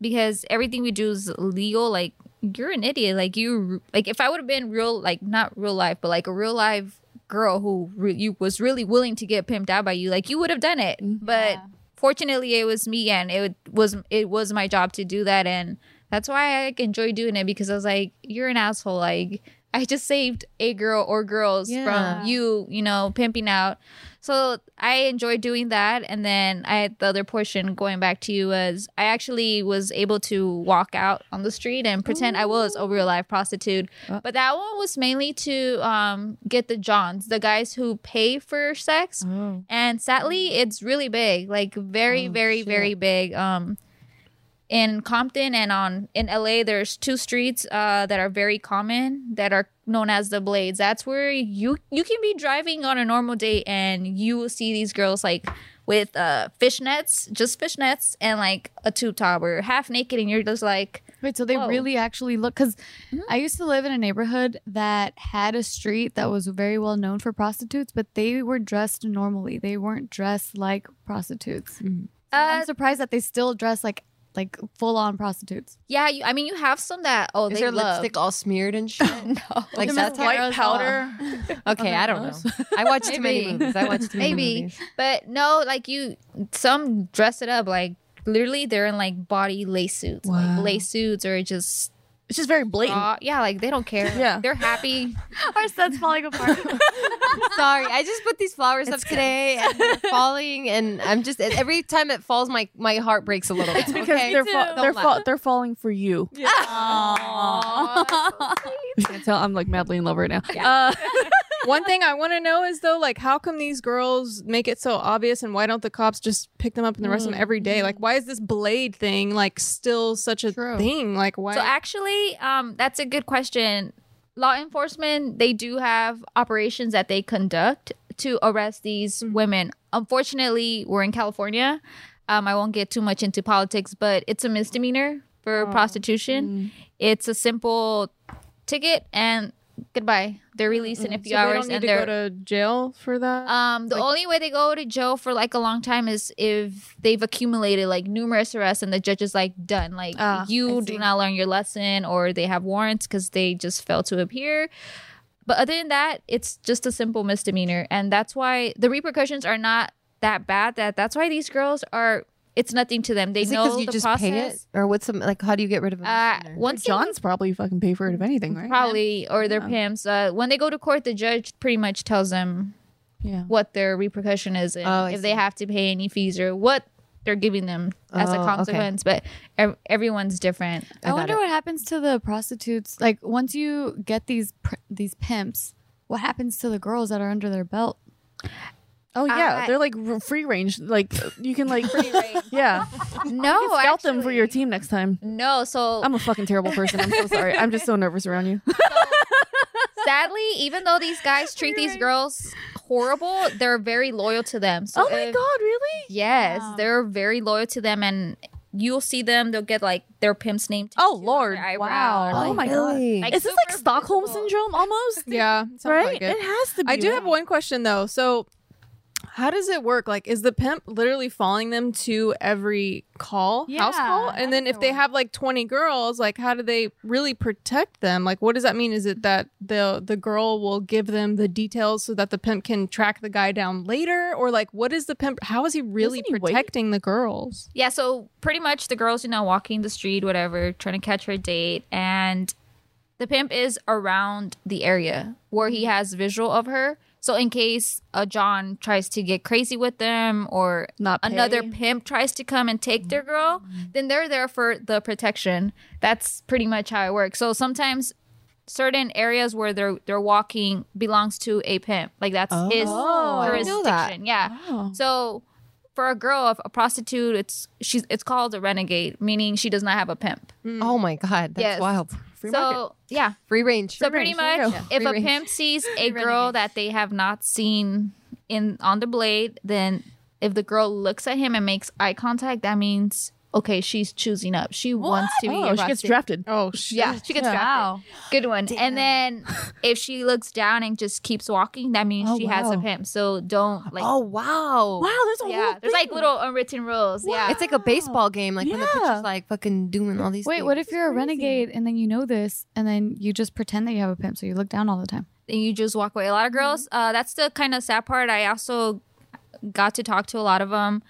S5: because everything we do is legal. Like, you're an idiot. Like you, like if I would have been real, like not real life, but like a real life girl who re- you was really willing to get pimped out by you, like you would have done it. But fortunately, it was me, and it was it was my job to do that, and that's why I like, enjoy doing it because I was like, you're an asshole. Like I just saved a girl or girls
S1: Yeah.
S5: from you, you know, pimping out. So I enjoy doing that, and then I the other portion going back to you was I actually was able to walk out on the street and pretend I was a real life prostitute, but that one was mainly to um, get the johns, the guys who pay for sex, and sadly it's really big, like very, very, very big. Um, in Compton and on in LA, there's two streets uh, that are very common that are known as the Blades. That's where you you can be driving on a normal day and you will see these girls like with uh, fishnets, just fishnets, and like a tube top or half naked, and you're just like,
S3: Wait, so they
S5: Whoa.
S3: really actually look? Because I used to live in a neighborhood that had a street that was very well known for prostitutes, but they were dressed normally. They weren't dressed like prostitutes. So I'm
S5: Uh,
S3: surprised that they still dress like like full on prostitutes.
S5: yeah. You, I mean, you have some that oh,
S1: Is
S5: they
S1: their
S5: love.
S1: lipstick all smeared and shit? no. Like that's how-
S2: White powder.
S1: Okay, I don't know. I watch too many
S5: Maybe.
S1: movies. I watch too many
S5: maybe,
S1: movies.
S5: but no, like you, some dress it up like literally they're in like body lace suits, like lace suits or just
S2: It's just very blatant.
S5: raw. Yeah, like they don't care.
S2: Yeah.
S5: They're happy.
S3: Our set's falling apart.
S1: Sorry, I just put these flowers up today and they're falling, and I'm just e-, every time it falls, my my heart breaks a little. It's
S2: because they're fa-
S1: Don't
S2: they're
S1: laugh.
S2: fa- they're falling for you.
S5: Aww.
S2: You can tell I'm like madly in love right now.
S4: One thing I want to know is though, like, how come these girls make it so obvious, and why don't the cops just pick them up and arrest them every day?
S5: Mm-hmm.
S4: Like, why is this blade thing like still such a thing? Like, why?
S5: So actually, um, that's a good question. Law enforcement, they do have operations that they conduct to arrest these
S4: Mm-hmm.
S5: women. Unfortunately, we're in California. Um, I won't get too much into politics, but it's a misdemeanor for
S4: Oh, mm.
S5: prostitution. It's a simple ticket and goodbye. They're released in a few
S4: So
S5: hours
S4: they don't need
S5: and
S4: to
S5: they're
S4: go to jail for that.
S5: um, the only way they go to jail for like a long time is if they've accumulated like numerous arrests and the judge is like done, like
S2: Ah,
S5: you
S2: I
S5: do
S2: see.
S5: not learn your lesson or they have warrants because they just fail to appear. But other than that, it's just a simple misdemeanor, and that's why the repercussions are not that bad. That that's why these girls are. It's nothing to them. They
S1: Is it
S5: know
S1: because you
S5: the
S1: just
S5: process.
S1: pay it, or what's some like? How do you get rid of a
S5: Uh,
S1: misdemeanor?
S5: once they
S2: John's probably fucking pay for it if anything, right?
S5: probably or their pimps. Uh, when they go to court, the judge pretty much tells them
S2: Yeah.
S5: what their repercussion is and
S1: Oh, I
S5: if they have to pay any fees or what they're giving them as a
S1: Oh, okay.
S5: consequence. But ev- everyone's different.
S1: I
S3: I,
S1: got
S3: wonder
S1: it.
S3: what happens to the prostitutes. Like once you get these pr- these pimps, what happens to the girls that are under their belt?
S2: Oh yeah,
S5: I-
S2: they're like r- free range. Like you can like yeah,
S5: No,
S2: scout them for your team next time.
S5: No, so
S2: I'm a fucking terrible person. I'm so sorry. I'm just so nervous around you.
S5: sadly, even though these guys treat these girls horrible, they're very loyal to them. So
S2: Oh Eh.
S5: if-
S2: really?
S5: Yes, they're very loyal to them, and you'll see them. They'll get like their pimp's name.
S2: Oh,
S5: tattooed on
S2: Lord.
S5: their eyebrow,
S2: Wow.
S5: or,
S2: Oh, my
S1: really?
S5: like,
S2: Is this like
S5: super
S2: Stockholm
S5: visible.
S2: syndrome almost?
S4: yeah, sounds
S2: right.
S4: like
S2: it.
S4: it.
S2: has to be.
S4: I do have one question though. So, how does it work? Like, is the pimp literally following them to every call, house
S3: Yeah,
S4: call? And then
S3: that's
S4: if
S3: the
S4: they
S3: one.
S4: have like twenty girls, like, how do they really protect them? Like, what does that mean? Is it that the the girl will give them the details so that the pimp can track the guy down later, or like, what is the pimp? How is he really
S2: Doesn't he wait?
S4: protecting the girls?
S5: Yeah, so pretty much the girl's, you know, walking the street, whatever, trying to catch her date. And the pimp is around the area where he has visual of her. So in case uh, John tries to get crazy with them or
S2: Not pay.
S5: another pimp tries to come and take their girl,
S1: Mm-hmm.
S5: then they're there for the protection. That's pretty much how it works. So sometimes certain areas where they're they're walking belongs to a pimp. Like that's his
S1: Oh, I didn't know
S5: jurisdiction.
S1: that. Oh.
S5: Yeah. So for a girl, if a prostitute, it's she's it's called a renegade, meaning she does not have a pimp.
S1: Oh my god, that's
S5: Yes.
S1: wild.
S5: so yeah.
S1: Free range.
S5: So pretty much, if
S1: Free
S5: a
S1: range.
S5: pimp sees a girl that they have not seen in on the blade, then if the girl looks at him and makes eye contact, that means okay, she's choosing up. She wants to be. a
S2: Oh, she gets
S5: prostitute.
S2: drafted.
S4: Oh, shit.
S5: Yeah, she gets
S2: Yeah.
S5: drafted. Good one. And then if she looks down and just keeps walking, that means
S1: Oh,
S5: she has a
S1: wow.
S5: pimp. So don't like.
S1: oh wow.
S2: Wow, there's a
S5: yeah,
S2: whole
S5: there's like
S2: thing.
S5: little unwritten rules. Yeah,
S1: It's like a baseball game, like when the
S2: Yeah.
S1: pitcher's like fucking doing all these.
S3: Wait,
S1: things.
S3: what if you're a renegade and then you know this and then you just pretend that you have a pimp so you look down all the time?
S5: and you just walk away. A lot of girls,
S1: Mm-hmm.
S5: uh, that's the kind of sad part. I also got to talk to a lot of them.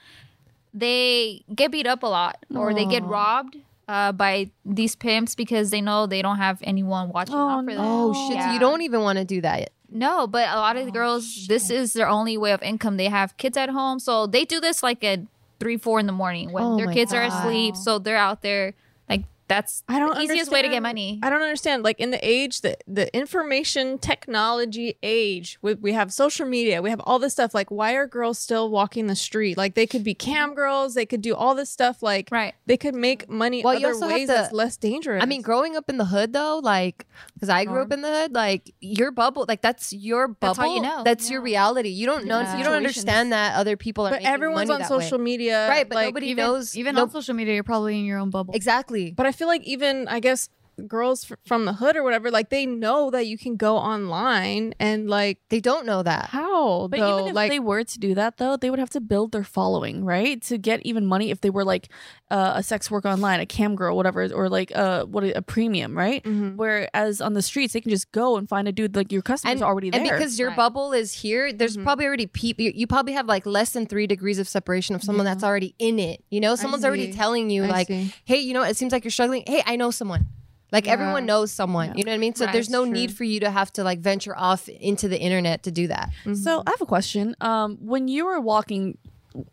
S5: They get beat up a lot or they get robbed uh, by these pimps because they know they don't have anyone watching out for them.
S1: Oh shit! So
S5: Yeah.
S1: you don't Oh, even want to do that.
S5: No, but a lot of the girls, this is their only way of income. They have kids at home, so they do this like at three, four in the morning when
S1: Oh
S5: their
S1: my
S5: kids are
S1: God.
S5: asleep. So they're out there, like that's
S4: I don't
S5: the easiest way to get
S4: understand-
S5: money.
S4: I don't understand. Like in the age that the information technology age, we, we have social media, we have all this stuff. Like, why are girls still walking the street? Like, they could be cam girls, they could do all this stuff. Like,
S5: Right.
S4: They could make money
S1: Well, you
S4: other
S1: also have
S4: ways
S1: to-
S4: that's less dangerous.
S1: I mean, growing up in the hood though, like because I grew up in the hood, like your bubble, like that's your bubble.
S5: That's all you know.
S1: That's your reality. You don't know. You don't understand that other people are.
S4: but
S1: making
S4: everyone's
S1: money
S4: on
S1: that way.
S4: social media,
S1: right? But
S4: like,
S1: nobody
S3: even,
S1: knows.
S3: Even
S1: no-
S3: on social media, you're probably in your own bubble.
S1: exactly.
S4: But I feel like even I guess girls f- from the hood or whatever, like they know that you can go online and like
S1: They don't know that.
S4: how
S2: But
S4: though,
S2: even if
S4: like
S2: they were to do that, though, they would have to build their following, right, to get even money. If they were like uh, a sex work online, a cam girl, whatever, or like uh, what a premium, right? Whereas on the streets, they can just go and find a dude. Like your customers are already there.
S1: And because your
S5: Right.
S1: bubble is here, there's
S4: Mm-hmm.
S1: probably already people. You, you probably have like less than three degrees of separation of someone that's already in it. You know, someone's already
S4: see.
S1: telling you
S4: I
S1: like,
S4: see.
S1: "Hey, you know, what? it seems like you're struggling. Hey, I know someone. Like everyone knows someone, you know what I mean? So
S5: Right,
S1: there's no
S5: true.
S1: need for you to have to like venture off into the internet to do that.
S2: So I have a question. Um, when you were walking,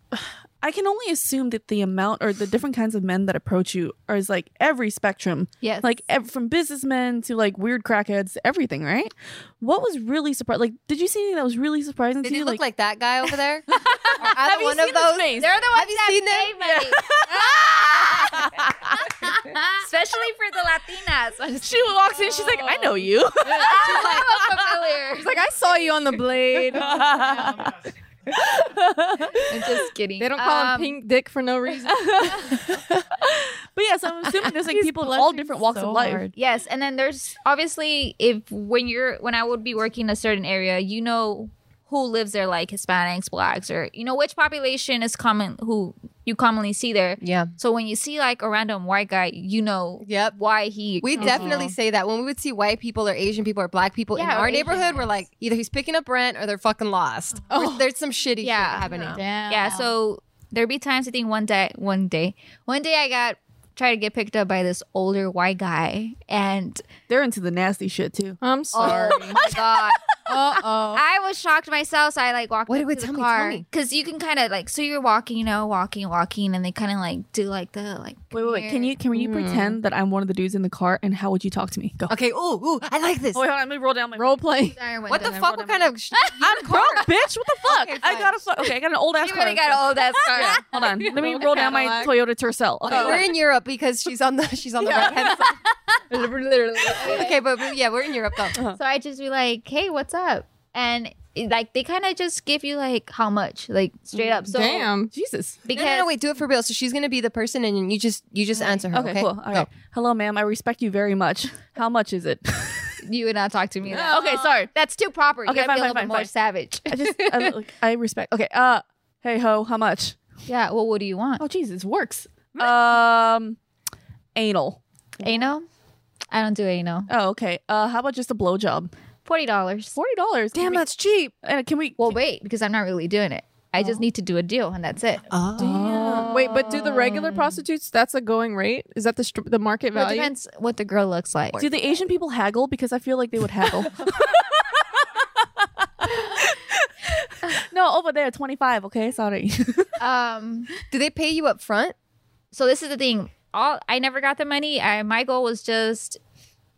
S2: I can only assume that the amount or the different kinds of men that approach you are is like every spectrum.
S5: Yes.
S2: Like ev- from businessmen to like weird crackheads, to everything. Right? What was really surprising? Like, did you see anything that was really surprising
S1: Did
S2: to
S1: he
S2: you?
S1: look like, that guy over there? Or either one of those?
S5: They're the ones
S1: Have you
S5: that
S1: seen
S5: pay
S1: them?
S5: money. Especially for the Latinas.
S2: she walks in, she's like, "I know you."
S4: It's like I saw you on the blade.
S5: I'm just kidding.
S4: They don't call
S5: Um,
S4: him pink dick for no reason.
S2: but yeah, so I'm assuming there's like people of all different walks
S3: so
S2: of life.
S3: hard.
S5: Yes, and then there's obviously if when you're when I would be working in a certain area, you know who lives there, like Hispanics, blacks, or you know which population is common who you commonly see there.
S1: Yeah.
S5: So when you see like a random white guy, you know
S1: Yep.
S5: why he
S1: We definitely say that when we would see white people or Asian people or black people in
S5: Yeah, or
S1: our
S5: Asian
S1: neighborhood, we're like, either he's picking up rent or they're fucking lost. Or there's some shitty
S5: Yeah.
S1: shit happening.
S3: Damn.
S5: yeah. So there'd be times I think one day, one day, one day I got tried to get picked up by this older white guy, and
S2: They're into the nasty shit too.
S4: I'm sorry.
S5: oh my god.
S3: Uh oh.
S5: I was shocked myself, so I like walked
S1: Wait,
S5: up
S1: wait,
S5: to the
S1: tell me, tell
S5: car
S1: me.
S5: because you can kind of like so you're walking, you know, walking, walking, and they kind of like do like the like.
S2: Wait, wait, wait. Can you can you pretend that I'm one of the dudes in the car? And how would you talk to me? Go.
S1: Okay, ooh, ooh, I like this.
S2: Oh, wait, hold on. Let me roll down my
S4: Role play.
S1: what the fuck? What kind of sh-
S2: I'm broke, bitch. What the fuck?
S1: Okay,
S2: I
S1: fine.
S2: got a fu- okay. I got an old ass
S5: You
S2: car.
S5: really got all that scar.
S2: Hold on. Let me roll down my Toyota Tercel.
S4: Oh,
S2: Okay.
S1: We're in Europe because she's on the she's on the right hand side. Literally. okay, but we- yeah, we're in Europe though.
S5: so I just be like, "Hey, what's up?" And it- like they kind of just give you like how much, like straight up. So
S4: Damn.
S2: Jesus.
S1: No,
S5: because
S1: no, no, wait, do it for real. So she's gonna be the person, and you just you just answer her.
S2: Okay,
S1: Okay,
S2: cool. All right. Hello, ma'am. I respect you very much. How much is it?
S5: you would not talk to me. that.
S2: okay, sorry.
S5: That's too proper. You
S2: Okay,
S5: gotta
S2: fine,
S5: be a little bit
S2: fine, fine,
S5: more
S2: fine.
S5: savage.
S2: I just I, like, I respect. Okay. Uh, hey ho, how much?
S5: yeah. Well, what do you want?
S2: Oh, Jesus, works. Um, anal.
S5: Anal? I don't do anal.
S2: Oh, okay. Uh, how about just a blowjob?
S5: Forty dollars.
S2: Forty dollars. Damn, that's cheap. And can we?
S5: Well, wait, because I'm not really doing it. I
S2: Oh.
S5: just need to do a deal, and that's it.
S1: Oh.
S4: Wait, but do the regular prostitutes? That's a going rate. Is that the str- the market
S5: Well, it
S4: value?
S5: depends what the girl looks like.
S2: Do the Asian people haggle? Because I feel like they would haggle. no, over there, twenty five. Okay, sorry.
S5: Um,
S1: Do they pay you up front?
S5: so this is the thing. All I never got the money. I my goal was just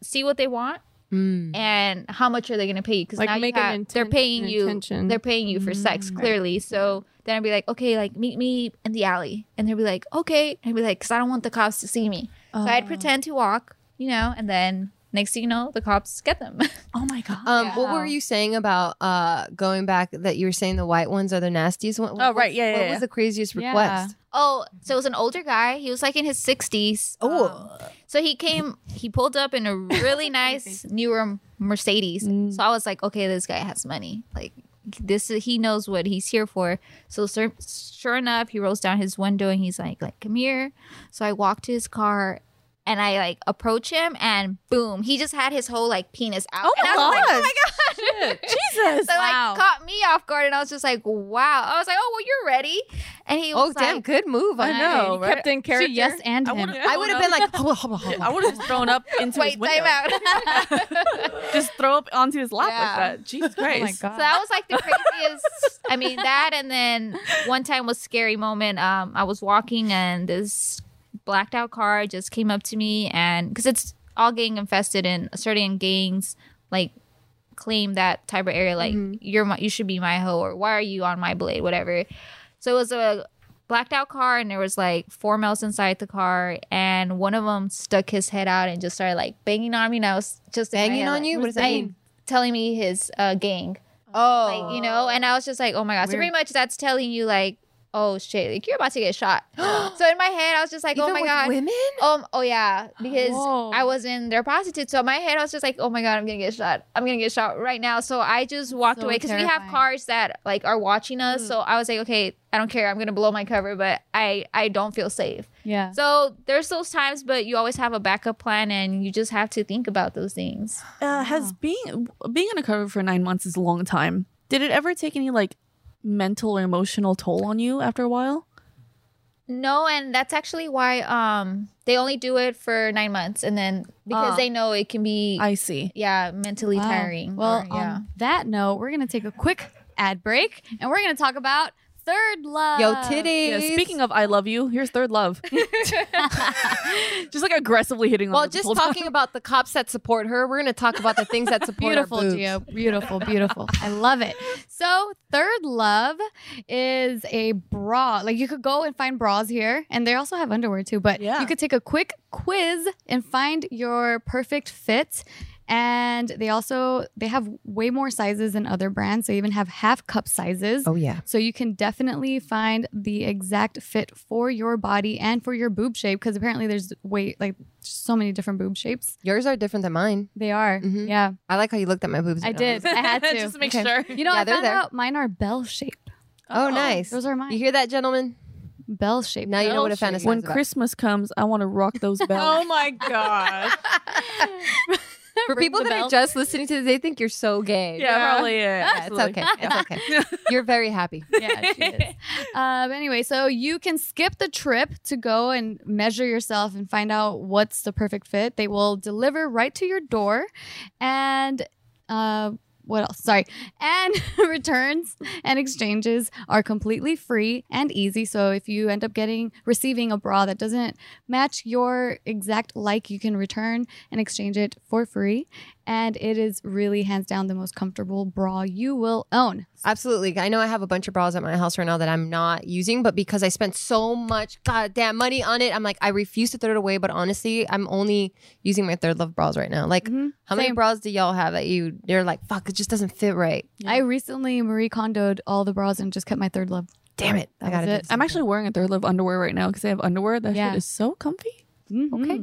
S5: see what they want and how much are they going to pay you because
S4: Mm. Like,
S5: now you
S4: make an
S5: have-
S4: inten-
S5: they're paying
S4: an
S5: you.
S4: intention. Mm.
S5: They're paying you for sex clearly. So then I'd be like, okay, like meet me in the alley, and they'd be like, okay, and I'd be like, because I don't want the cops to see me. So
S4: Oh.
S5: I'd pretend to walk, you know, and then next thing you know, the cops get them.
S2: oh my god.
S1: Um, What were you saying about uh going back? That you were saying the white ones are the nastiest one.
S2: Oh, right. Yeah,
S1: What
S2: yeah, yeah.
S1: was the craziest
S3: Yeah.
S1: request?
S5: Oh, so it was an older guy. He was like in his sixties. Um,
S1: Oh.
S5: so he came. He pulled up in a really nice newer Mercedes. So I was like, okay, this guy has money. Like this, is, he knows what he's here for. So sur- sure enough, he rolls down his window and he's like, like come here. So I walk to his car. And I like approach him, and boom, he just had his whole like penis out.
S2: Oh
S5: and
S2: my
S5: I was like,
S2: God.
S5: oh my god!
S2: Jesus.
S5: So
S3: Wow.
S5: like caught me off guard, and I was just like, "Wow!" I was like, "Oh, well, you're ready." And he
S1: Oh,
S5: was
S1: damn,
S5: like,
S1: good move.
S2: I know,
S4: You
S2: right?
S4: Kept in character.
S3: She yes and
S2: I
S3: him.
S2: would've-
S1: I would have been like, "Hubba, hubba, hubba."
S2: I would have thrown up into his
S5: "Wait,
S2: window.
S5: time out." so
S2: Just throw up onto his lap
S5: Yeah.
S2: like that. Jesus
S3: Oh my
S2: Christ.
S3: god.
S5: that was like the craziest. I mean, that and then one time was scary moment. Um, I was walking and this blacked out car just came up to me, and because it's all gang infested, and certain gangs like claim that type of area, like
S1: Mm-hmm.
S5: you're my, you should be my hoe, or why are you on my blade, whatever. So it was a blacked out car, and there was like four males inside the car, and one of them stuck his head out and just started like banging on me. And I was just
S1: Banging on you? What does that
S5: I-
S1: mean?
S5: Telling me his uh, gang,
S1: oh,
S5: like you know, and I was just like, oh my god. So pretty much that's telling you like, oh shit, like you're about to get shot. so in my head, I was just like,
S1: Even
S5: oh my
S1: with
S5: god.
S1: women.
S5: Um, oh yeah, because
S3: Whoa.
S5: I was in their prostitute. So in my head, I was just like, oh my god, I'm gonna get shot. I'm gonna get shot right now. So I just walked
S3: so
S5: away because we have
S3: terrifying. Mm.
S5: cars that like are watching us. So I was like, okay, I don't care. I'm gonna blow my cover, but I I don't feel safe.
S3: yeah.
S5: So there's those times, but you always have a backup plan, and you just have to think about those things.
S2: Uh, has being being undercover for nine months is a long time. Did it ever take any like mental or emotional toll on you after a while?
S5: No, and that's actually why um they only do it for nine months, and then because
S2: Ah.
S5: they know it can be
S2: I see.
S5: yeah mentally
S3: Wow.
S5: tiring.
S3: Well, um,
S5: or- yeah.
S3: on that note, we're gonna take a quick ad break, and we're gonna talk about third love.
S1: Yo, titties.
S2: Yeah, speaking of I love you, here's third love. just like aggressively hitting on
S1: well,
S2: it the
S1: just
S2: whole time.
S1: talking about the cops that support her, we're gonna talk about the things that support
S3: Beautiful,
S1: her boobs.
S3: Gio. Beautiful, beautiful. I love it. So, Third Love is a bra. Like, you could go and find bras here, and they also have underwear too, but
S2: Yeah.
S3: you could take a quick quiz and find your perfect fit. And they also they have way more sizes than other brands. They even have half cup sizes.
S1: Oh yeah.
S3: So you can definitely find the exact fit for your body and for your boob shape because apparently there's weight like so many different boob shapes.
S1: Yours are different than mine.
S3: They are.
S1: Mhm.
S3: Yeah.
S1: I like how you looked at my boobs.
S3: I
S1: when
S3: did.
S1: was-
S3: I had to.
S2: just to make
S1: Okay.
S2: sure.
S3: you know,
S1: Yeah,
S3: I
S1: they're
S3: found
S1: there.
S3: out mine are bell shaped.
S1: Oh, nice.
S3: Those are mine.
S1: You hear that, gentlemen?
S3: Bell shaped.
S1: Now you know what a fantasy
S2: When
S1: is about.
S2: Christmas comes, I want to rock those
S4: Oh
S2: bells.
S4: my god.
S1: For people that are just listening to this, they think you're so gay.
S4: Yeah.
S2: probably. Yeah,
S1: Yeah, it's okay. It's okay. You're very happy.
S3: yeah, she is. Um, anyway, so you can skip the trip to go and measure yourself and find out what's the perfect fit. They will deliver right to your door, and uh, what else? Sorry, and returns and exchanges are completely free and easy. So if you end up getting receiving a bra that doesn't match your exact like, you can return and exchange it for free. And it is really hands down the most comfortable bra you will own.
S1: Absolutely. I know I have a bunch of bras at my house right now that I'm not using, but because I spent so much goddamn money on it, I'm like, I refuse to throw it away. But honestly, I'm only using my third love bras right now. Like, how many
S3: Same.
S1: bras do y'all have that you, you're like, fuck, it just doesn't fit right?
S3: I recently Marie Kondoed all the bras and just kept my third love.
S1: Damn it. I
S3: That
S1: gotta
S3: was
S1: do
S3: it.
S1: this.
S2: I'm actually wearing a third love underwear right now because I have underwear. That
S3: Yeah.
S2: shit is so comfy.
S3: Okay.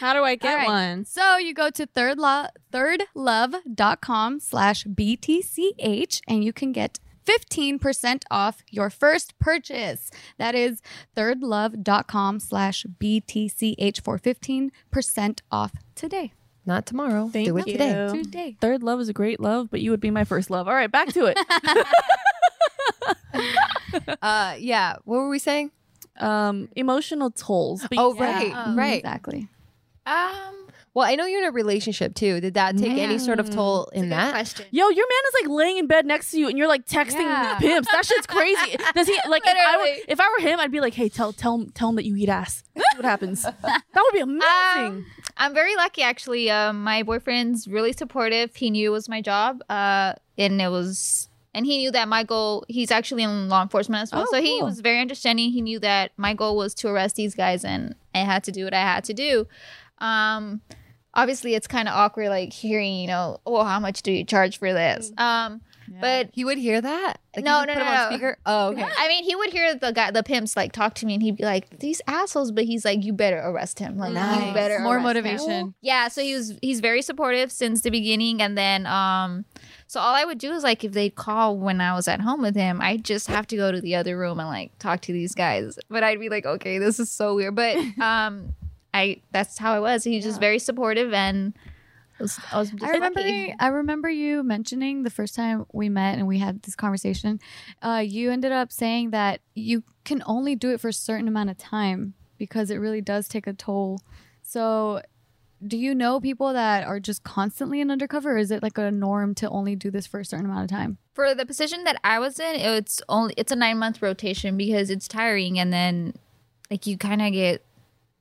S4: How do I get
S3: All right.
S4: one?
S3: So you go to third lo- thirdlove.com slash BTCH and you can get 15% off your first purchase. That is thirdlove.com slash BTCH for 15% off today.
S1: Not tomorrow. do it today.
S3: Today.
S2: Third love is a great love, but you would be my first love. All right, back to it.
S1: Uh, yeah. What were we saying?
S2: um, emotional tolls. But
S1: Oh,
S2: yeah.
S1: right.
S3: Oh,
S1: right.
S3: Exactly.
S5: um,
S1: Well, I know you're in a relationship too. Did that take any sort of toll in
S5: good
S1: that?
S5: question.
S2: Yo, your man is like laying in bed next to you, and you're like texting
S3: Yeah.
S2: pimps. That shit's crazy. Does he like? If I, were,
S5: Literally.
S2: if I were him, I'd be like, "Hey, tell tell him tell him that you eat ass. See what happens? That would be amazing.
S5: Um, I'm very lucky, actually. Um, my boyfriend's really supportive. He knew it was my job, uh, and it was, and he knew that my goal. He's actually in law enforcement as well,
S2: Oh,
S5: so he
S2: cool.
S5: was very understanding. He knew that my goal was to arrest these guys, and I had to do what I had to do. Um, obviously, it's kind of awkward, like hearing, you know, oh, how much do you charge for this? Um, but
S1: He would hear that? Like,
S5: No,
S1: you
S5: no,
S1: put him
S5: no,
S1: on
S5: no.
S1: speaker? Oh, okay.
S5: I mean, he would hear the guy, the pimps, like talk to me, and he'd be like, "These assholes," but he's like, "You better arrest him. Like, you
S1: Nice.
S5: better
S3: More
S5: arrest him."
S3: motivation.
S5: Yeah, so he was he's very supportive since the beginning, and then um, so all I would do is like if they'd call when I was at home with him, I just have to go to the other room and like talk to these guys. But I'd be like, okay, this is so weird, but um, I that's how I was. He was just very supportive, and I was, I was just
S3: I remember.
S5: lucky.
S3: I remember you mentioning the first time we met and we had this conversation. Uh, you ended up saying that you can only do it for a certain amount of time because it really does take a toll. So, do you know people that are just constantly in undercover? Or is it like a norm to only do this for a certain amount of time?
S5: for the position that I was in, it's only it's a nine month rotation because it's tiring, and then like you kind of get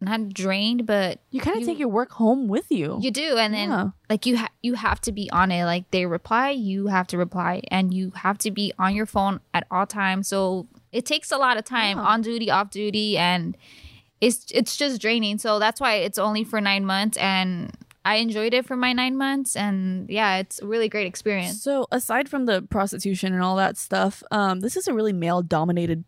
S5: not drained, but
S2: you kind of take your work home with you.
S5: you do, and then
S2: Yeah.
S5: like you ha- you have to be on it. Like they reply, you have to reply, and you have to be on your phone at all times. So it takes a lot of time on duty, off duty, and it's it's just draining. So that's why it's only for nine months, and I enjoyed it for my nine months, and yeah, it's a really great experience.
S2: So aside from the prostitution and all that stuff, um, this is a really male dominated,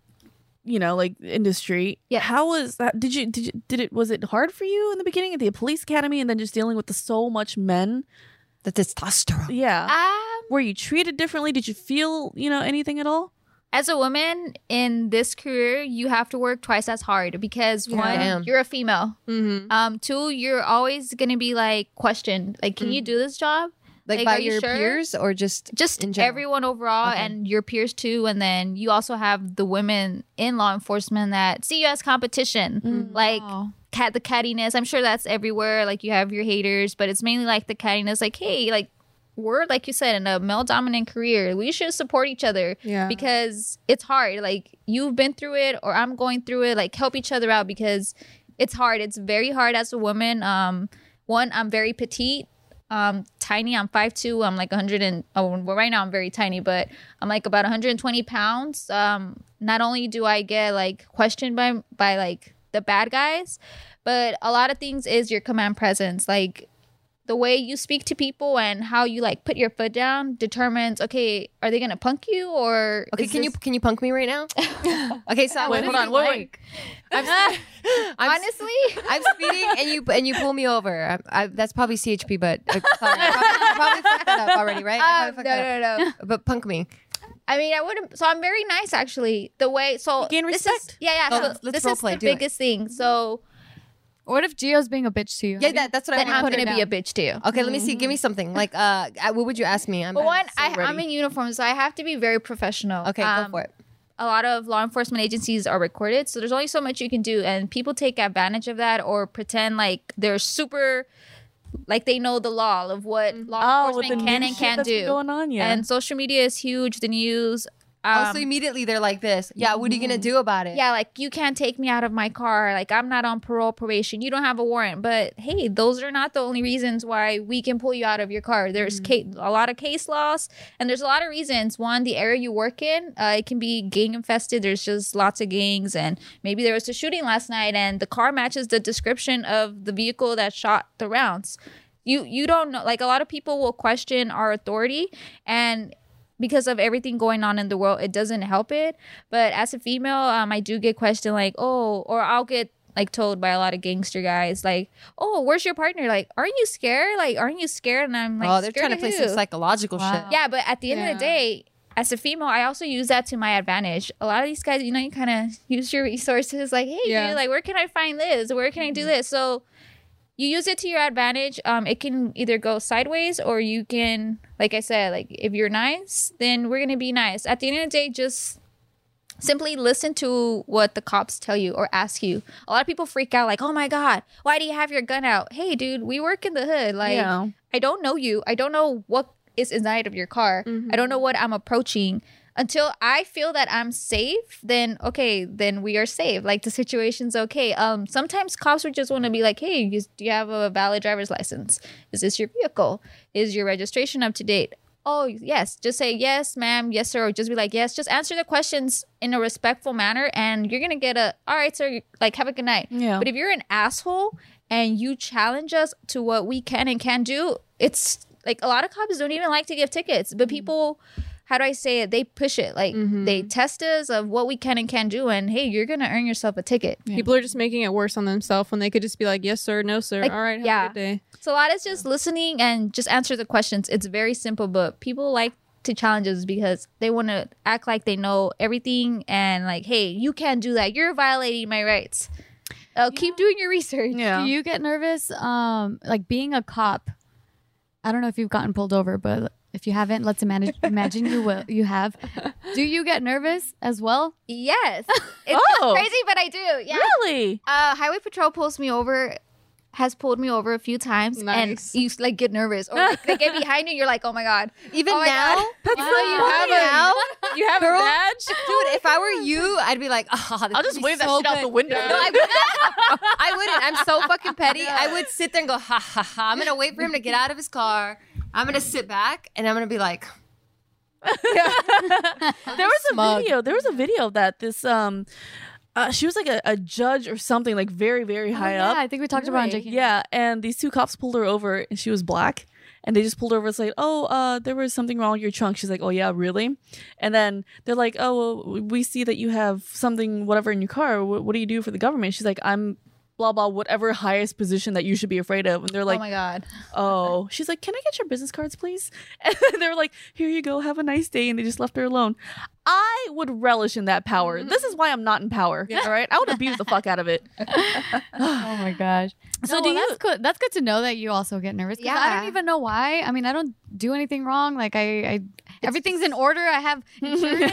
S2: you know, like industry.
S5: Yes.
S2: How was that? Did you did you, did it was it hard for you in the beginning at the police academy and then just dealing with the so much men?
S1: The testosterone.
S2: Yeah.
S5: Um,
S2: Were you treated differently? Did you feel you know anything at all?
S5: as a woman in this career, you have to work twice as hard because one,
S1: Damn.
S5: you're a female.
S1: Mm-hmm.
S5: Um, two, you're always gonna be like questioned. Like, can you do this job?
S1: Like,
S5: Like,
S1: by
S5: are you
S1: your
S5: sure?
S1: peers or just
S5: just
S1: in general?
S5: everyone overall
S1: Okay.
S5: and your peers too and then you also have the women in law enforcement that see you as competition
S1: Mm.
S5: like
S3: Wow.
S5: cat the cattiness i'm sure that's everywhere like you have your haters but it's mainly like the cattiness like hey like we're like you said in a male dominant career we should support each other
S4: Yeah.
S5: because it's hard like you've been through it or i'm going through it like help each other out because it's hard it's very hard as a woman um one i'm very petite um tiny i'm 5'2 i'm like 100 and oh well right now i'm very tiny but i'm like about 120 pounds um not only do i get like questioned by by like the bad guys but a lot of things is your command presence like the way you speak to people and how you like put your foot down determines okay are they gonna punk you or
S1: Okay,
S5: is
S1: can you
S5: this-
S1: can you punk me right now? okay, so
S2: Wait,
S1: I'm,
S2: hold on. Wait, wait.
S1: I'm, I'm,
S5: honestly
S1: I'm speeding and you and you pull me over. I'm, I, that's probably CHP, but uh, sorry, I probably, I probably fucked that up already, right? I
S5: um,
S1: probably
S5: no
S1: fucked that up.
S5: no no
S1: But punk me.
S5: I mean, I wouldn't. So I'm very nice, actually. The way so
S2: You gain
S5: this is-
S2: respect.
S5: yeah, yeah.
S1: Oh,
S5: so
S1: let's- let's
S5: this
S1: role
S5: is
S1: play,
S5: the
S1: do it.
S5: biggest thing. So
S3: What if Gio's being a bitch to you?
S1: Yeah, that, that's what
S5: then
S1: I
S5: I'm
S1: want.
S3: put it
S5: gonna be a
S3: down.
S5: bitch too.
S1: Okay, let me see. Give me something. Like, uh, I- what would you ask me? I'm
S5: But one, I,
S2: ready.
S5: I'm in uniform, so I have to be very professional.
S1: okay.
S5: Um,
S1: go for it.
S5: A lot of law enforcement agencies are recorded, so there's only so much you can do, and people take advantage of that or pretend like they're super, like they know the law of what law
S2: Mm-hmm. Oh, with
S5: enforcement
S2: the
S5: can
S2: new
S5: and
S2: shit
S5: can't
S2: that's been
S5: do.
S2: going on, yeah. Oh,
S5: And social media is huge. The news. Um,
S1: also, immediately they're like this. Yeah, what are you gonna do about it?
S5: yeah, like you can't take me out of my car. Like I'm not on parole, probation. You don't have a warrant. But hey, those are not the only reasons why we can pull you out of your car. There's ca- a lot of case laws, and there's a lot of reasons. One, the area you work in, uh, it can be gang infested. There's just lots of gangs, and maybe there was a shooting last night, and the car matches the description of the vehicle that shot the rounds. You you don't know. Like a lot of people will question our authority, and because of everything going on in the world, it doesn't help it. But as a female, um, I do get questioned like, oh, or I'll get like told by a lot of gangster guys like, oh, where's your partner? Like, aren't you scared? Like, aren't you scared? And I'm like,
S1: oh, they're
S5: "Scared
S1: trying to
S5: of
S1: play
S5: who?"
S1: some psychological
S3: Wow.
S1: shit.
S5: Yeah, but at the end of the
S3: Yeah.
S5: day, as a female, I also use that to my advantage. A lot of these guys, you know, you kind of use your resources like, hey,
S3: Yeah. Mm-hmm.
S5: dude, like, where can I find this? Where can I do this? So you use it to your advantage. Um, it can either go sideways or you can, like I said, like if you're nice, then we're gonna be nice. At the end of the day, just simply listen to what the cops tell you or ask you. A lot of people freak out, like, oh my god, why do you have your gun out? Hey, dude, we work in the hood. Like,
S2: Yeah.
S5: I don't know you. I don't know what is inside of your car. I don't know what I'm approaching. Until I feel that I'm safe, then okay, then we are safe. Like the situation's okay. Um, sometimes cops would just want to be like, "Hey, you, do you have a valid driver's license? Is this your vehicle? Is your registration up to date?" Oh yes, just say yes, ma'am, yes sir, or just be like yes. Just answer the questions in a respectful manner, and you're gonna get a all right, sir. Like have a good night.
S2: Yeah.
S5: But if you're an asshole and you challenge us to what we can and can do, it's like a lot of cops don't even like to give tickets,
S2: Mm-hmm.
S5: but people, how do I say it? They push it. Like they test us of what we can and can do, and hey, you're gonna earn yourself a ticket.
S4: People are just making it worse on themselves when they could just be like, yes, sir, no, sir.
S5: Like,
S4: All right, have
S5: yeah.
S4: a good day.
S5: So a lot is just listening and just answer the questions. It's very simple, but people like to challenge us because they want to act like they know everything and like, hey, you can't do that. You're violating my rights. Oh, keep doing your research.
S2: yeah.
S3: Do you get nervous? Um, like being a cop. I don't know if you've gotten pulled over, but if you haven't, let's imagine imagine you will you have. Do you get nervous as well?
S5: Yes. It's
S2: Oh.
S5: crazy, but I do. Yeah.
S2: really?
S5: uh, highway patrol pulls me over has pulled me over a few times
S4: Nice.
S5: and you like get nervous or like, they get behind you you're like oh my god
S1: Even
S5: Oh my
S1: now,
S5: God.
S1: even though you have
S4: funny.
S1: it now,
S2: You have
S1: Girl.
S2: a badge?
S1: dude. If I were you, I'd be like, oh,
S2: I'll just wave that shit out the window.
S1: No, I wouldn't. I wouldn't. I'm so fucking petty. I would sit there and go, ha ha ha. I'm gonna wait for him to get out of his car. I'm gonna sit back and I'm gonna be like,
S2: there was
S1: smug.
S2: a video. There was a video of that. This um, uh, she was like a, a judge or something, like very very high
S3: yeah,
S2: up.
S3: I think we talked about it on
S1: Really?
S3: JK.
S2: Yeah, and these two cops pulled her over, and she was black. And they just pulled her over. It's like, oh, uh, there was something wrong with your trunk. She's like, oh yeah, really? And then they're like, oh, well, we see that you have something, whatever, in your car. What, what do you do for the government? She's like, I'm blah blah, whatever highest position that you should be afraid of. And they're like,
S5: oh my god
S2: oh she's like can i get your business cards please and they were like here you go have a nice day and they just left her alone i would relish in that
S5: Mm-hmm.
S2: power this is why i'm not in power all right i would abuse the fuck out of it
S3: Oh my gosh.
S2: So
S3: No,
S2: do
S3: well,
S2: you?
S3: That's good. That's good to know that you also get nervous. Yeah. I
S1: Yeah.
S3: don't even know why. I mean, I don't do anything wrong. Like I, I everything's in order. I have insurance.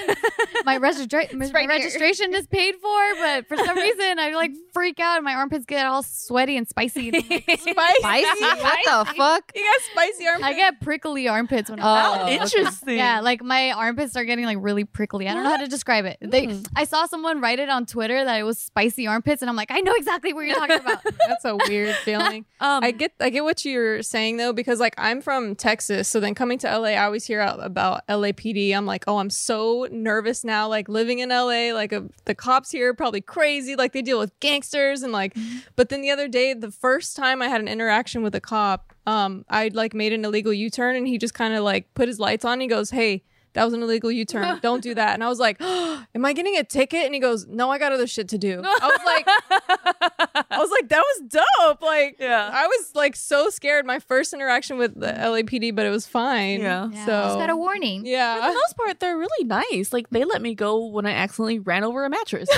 S3: my registra- my
S1: right here.
S3: registration is paid for, but for some reason I like freak out and my armpits get all sweaty and spicy. And I'm like,
S2: Spicy.
S1: Spicy? what the fuck?
S2: You got spicy armpits.
S3: I get prickly armpits when
S1: Oh,
S3: I'm
S2: Oh,
S1: okay.
S2: interesting.
S3: Yeah, like my armpits are getting like really prickly. I don't know how to describe it. They,
S2: Mm.
S3: I saw someone write it on Twitter that it was spicy armpits, and I'm like, I know exactly what you're talking about.
S4: That's a weird feeling.
S2: Um,
S4: I get I get what you're saying though because like I'm from Texas, so then coming to LA, I always hear out about LAPD. I'm like, oh, I'm so nervous now. Like living in LA, like uh, the cops here are probably crazy. Like they deal with gangsters and like. But then the other day, the first time I had an interaction with a cop, um, I like made an illegal U-turn and he just kind of like put his lights on. And he goes, hey. That was an illegal U-turn. Don't do that. And I was like, "Am I getting a ticket?" And he goes, "No, I got other shit to do." I was like, I was like, that was dope. Like,
S2: Yeah.
S4: I was like so scared my first interaction with the LAPD, but it was fine.
S2: Yeah.
S3: Yeah.
S4: So,
S5: Just got a warning.
S2: For the
S4: yeah.
S2: most part, they're really nice. Like they let me go when I accidentally ran over a mattress.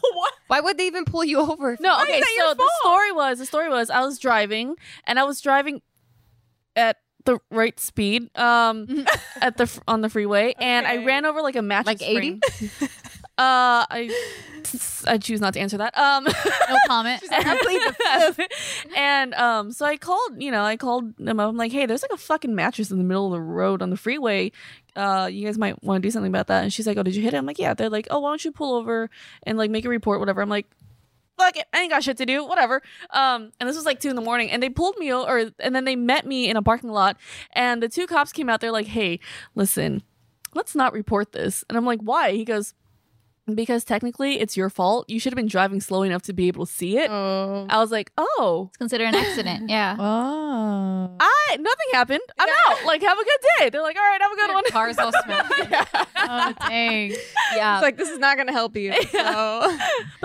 S4: what?
S1: Why would they even pull you over?
S2: no, okay.
S4: that your
S2: So the story was the story was I was driving and I was driving at the right speed um at the f- on the freeway and I
S4: Okay.
S2: ran over like a mattress.
S1: Like 80?
S2: spring. uh, I I choose not to answer that. Um.
S3: No comment.
S2: and um, so I called, you know, I called them up. I'm like, hey, there's like a fucking mattress in the middle of the road on the freeway. Uh, you guys might want to do something about that. And she's like, oh, did you hit it? I'm like, yeah. They're like, oh, why don't you pull over and like make a report, whatever. I'm like, fuck it, I ain't got shit to do, whatever. Um, and this was like two in the morning, and they pulled me over, and then they met me in a parking lot, and the two cops came out. They're like, hey, listen, let's not report this. And I'm like, why? He goes. Because technically it's your fault. You should have been driving slow enough to be able to see it.
S4: Oh.
S2: I was like, oh,
S5: It's considered an accident. Yeah.
S3: Oh.
S2: I nothing happened. I'm out. Like, have a good day. They're like, all right, have a good one.
S1: Cars all smashed.
S3: oh, dang.
S1: Yeah.
S4: It's like, this is not going to help you. So,
S2: But